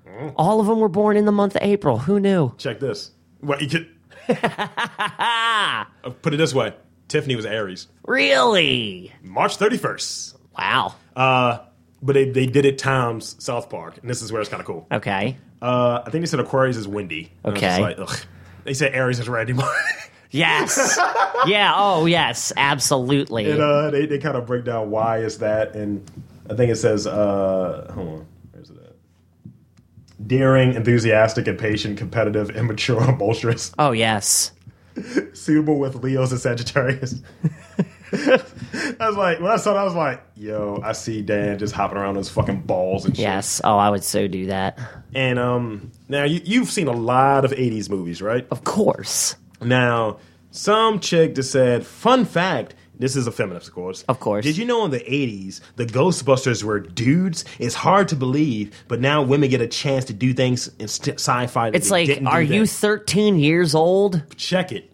A: Mm.
B: All of them were born in the month of April. Who knew?
A: Check this. Well, you could. Uh, Put it this way: Tiffany was Aries.
B: Really?
A: March 31st.
B: Wow.
A: Uh, but they, they did it times South Park, and this is where it's kind of cool.
B: Okay.
A: Uh, I think they said Aquarius is windy. And I was just
B: Okay.
A: like, ugh. They said Aries is Randy Martin.
B: Yes. yeah. Oh, yes. Absolutely.
A: and uh, they, they kind of break down why is that. And I think it says, uh, hold on, where's it at? Daring, enthusiastic, impatient, competitive, immature, bolsterous,
B: oh, yes.
A: suitable with Leos and Sagittarius. I was like, when I saw that, I was like, yo, I see Dan just hopping around on his fucking balls and shit.
B: Yes. Oh, I would so do that.
A: And um, now you, you've seen a lot of 80s movies, right?
B: Of course.
A: Now, some chick just said, fun fact. This is a feminist, of course.
B: Of course.
A: Did you know in the 80s, the Ghostbusters were dudes? It's hard to believe, but now women get a chance to do things in st- sci fi.
B: It's like, are you 13 years old?
A: Check it.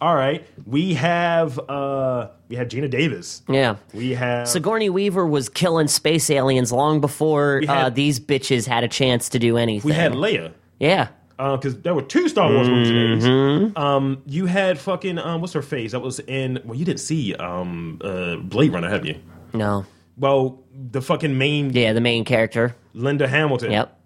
A: All right. We have uh, we have Gina Davis.
B: Yeah.
A: We have.
B: Sigourney Weaver was killing space aliens long before uh,
A: had-
B: these bitches had a chance to do anything.
A: we had Leia.
B: yeah.
A: because there were two Star Wars movies.
B: Mm-hmm.
A: Um, you had fucking um, what's her face? That was in. Well, you didn't see um, uh, Blade Runner, have you?
B: No.
A: Well, the fucking main
B: Yeah, the main character.
A: Linda Hamilton.
B: Yep.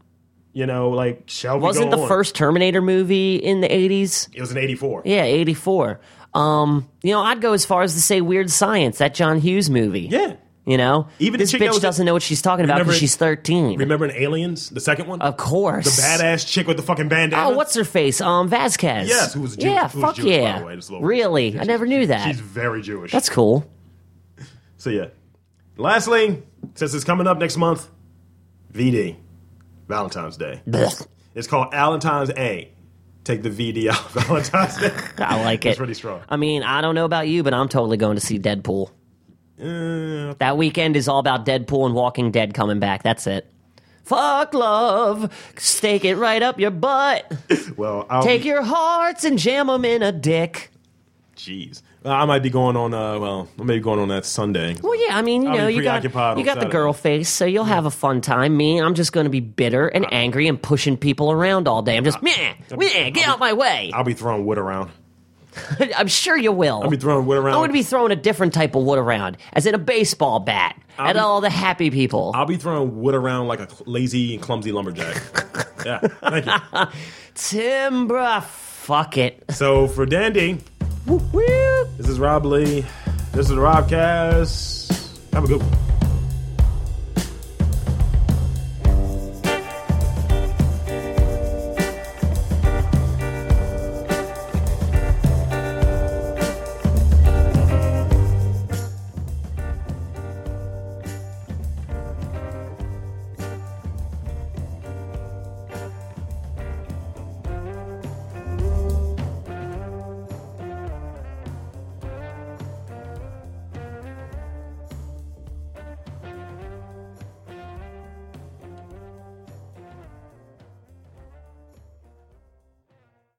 A: You know, like shall we
B: Wasn't
A: go
B: the
A: on?
B: first Terminator movie in the 80s?
A: It was an '84.
B: Yeah, 84. Um, you know, I'd go as far as to say Weird Science, that John Hughes movie.
A: Yeah.
B: You know?
A: Even the
B: this
A: chick that
B: bitch
A: was-
B: doesn't know what she's talking about
A: Remember-
B: because she's 13.
A: Remember in Aliens, the second one,
B: of course.
A: the badass chick with the fucking bandana.
B: Oh, what's her face? Um, Vasquez.
A: Yes, who was Jewish-
B: Yeah,
A: who was
B: fuck
A: Jewish, by
B: yeah.
A: the way, just a little-
B: really?
A: Yeah,
B: I never knew that.
A: She's very Jewish.
B: That's cool.
A: so yeah. Lastly, since it's coming up next month, VD, Valentine's Day.
B: Blech.
A: It's called Valentine's A. Take the VD out, Valentine's Day.
B: I like it.
A: It's pretty strong.
B: I mean, I don't know about you, but I'm totally going to see Deadpool.
A: Uh,
B: That weekend is all about Deadpool and Walking Dead coming back. That's it. Fuck love. Stake it right up your butt.
A: well, I'll
B: Take
A: be-
B: your hearts and jam them in a dick.
A: Jeez, Uh, I might be going on. Uh, well, I may be going on that Sunday.
B: Well, yeah, I mean, you
A: I'll be
B: know, you got you
A: preoccupied on
B: got the
A: Saturday.
B: girl face, so you'll have a fun time. Me, I'm just going to be bitter and angry and pushing people around all day. I'm just meh, meh, get out my way.
A: I'll be throwing wood around.
B: I'm sure you will.
A: I'll be throwing wood around.
B: I would be throwing a different type of wood around, as in a baseball bat, at
A: be-
B: all the happy people.
A: I'll be throwing wood around like a cl- lazy and clumsy lumberjack. yeah, thank you.
B: Tim, bruh, fuck it.
A: So for Dandy,
B: Whoop, whoop.
A: this is Rob Lee. This is Robcast. Have a good one.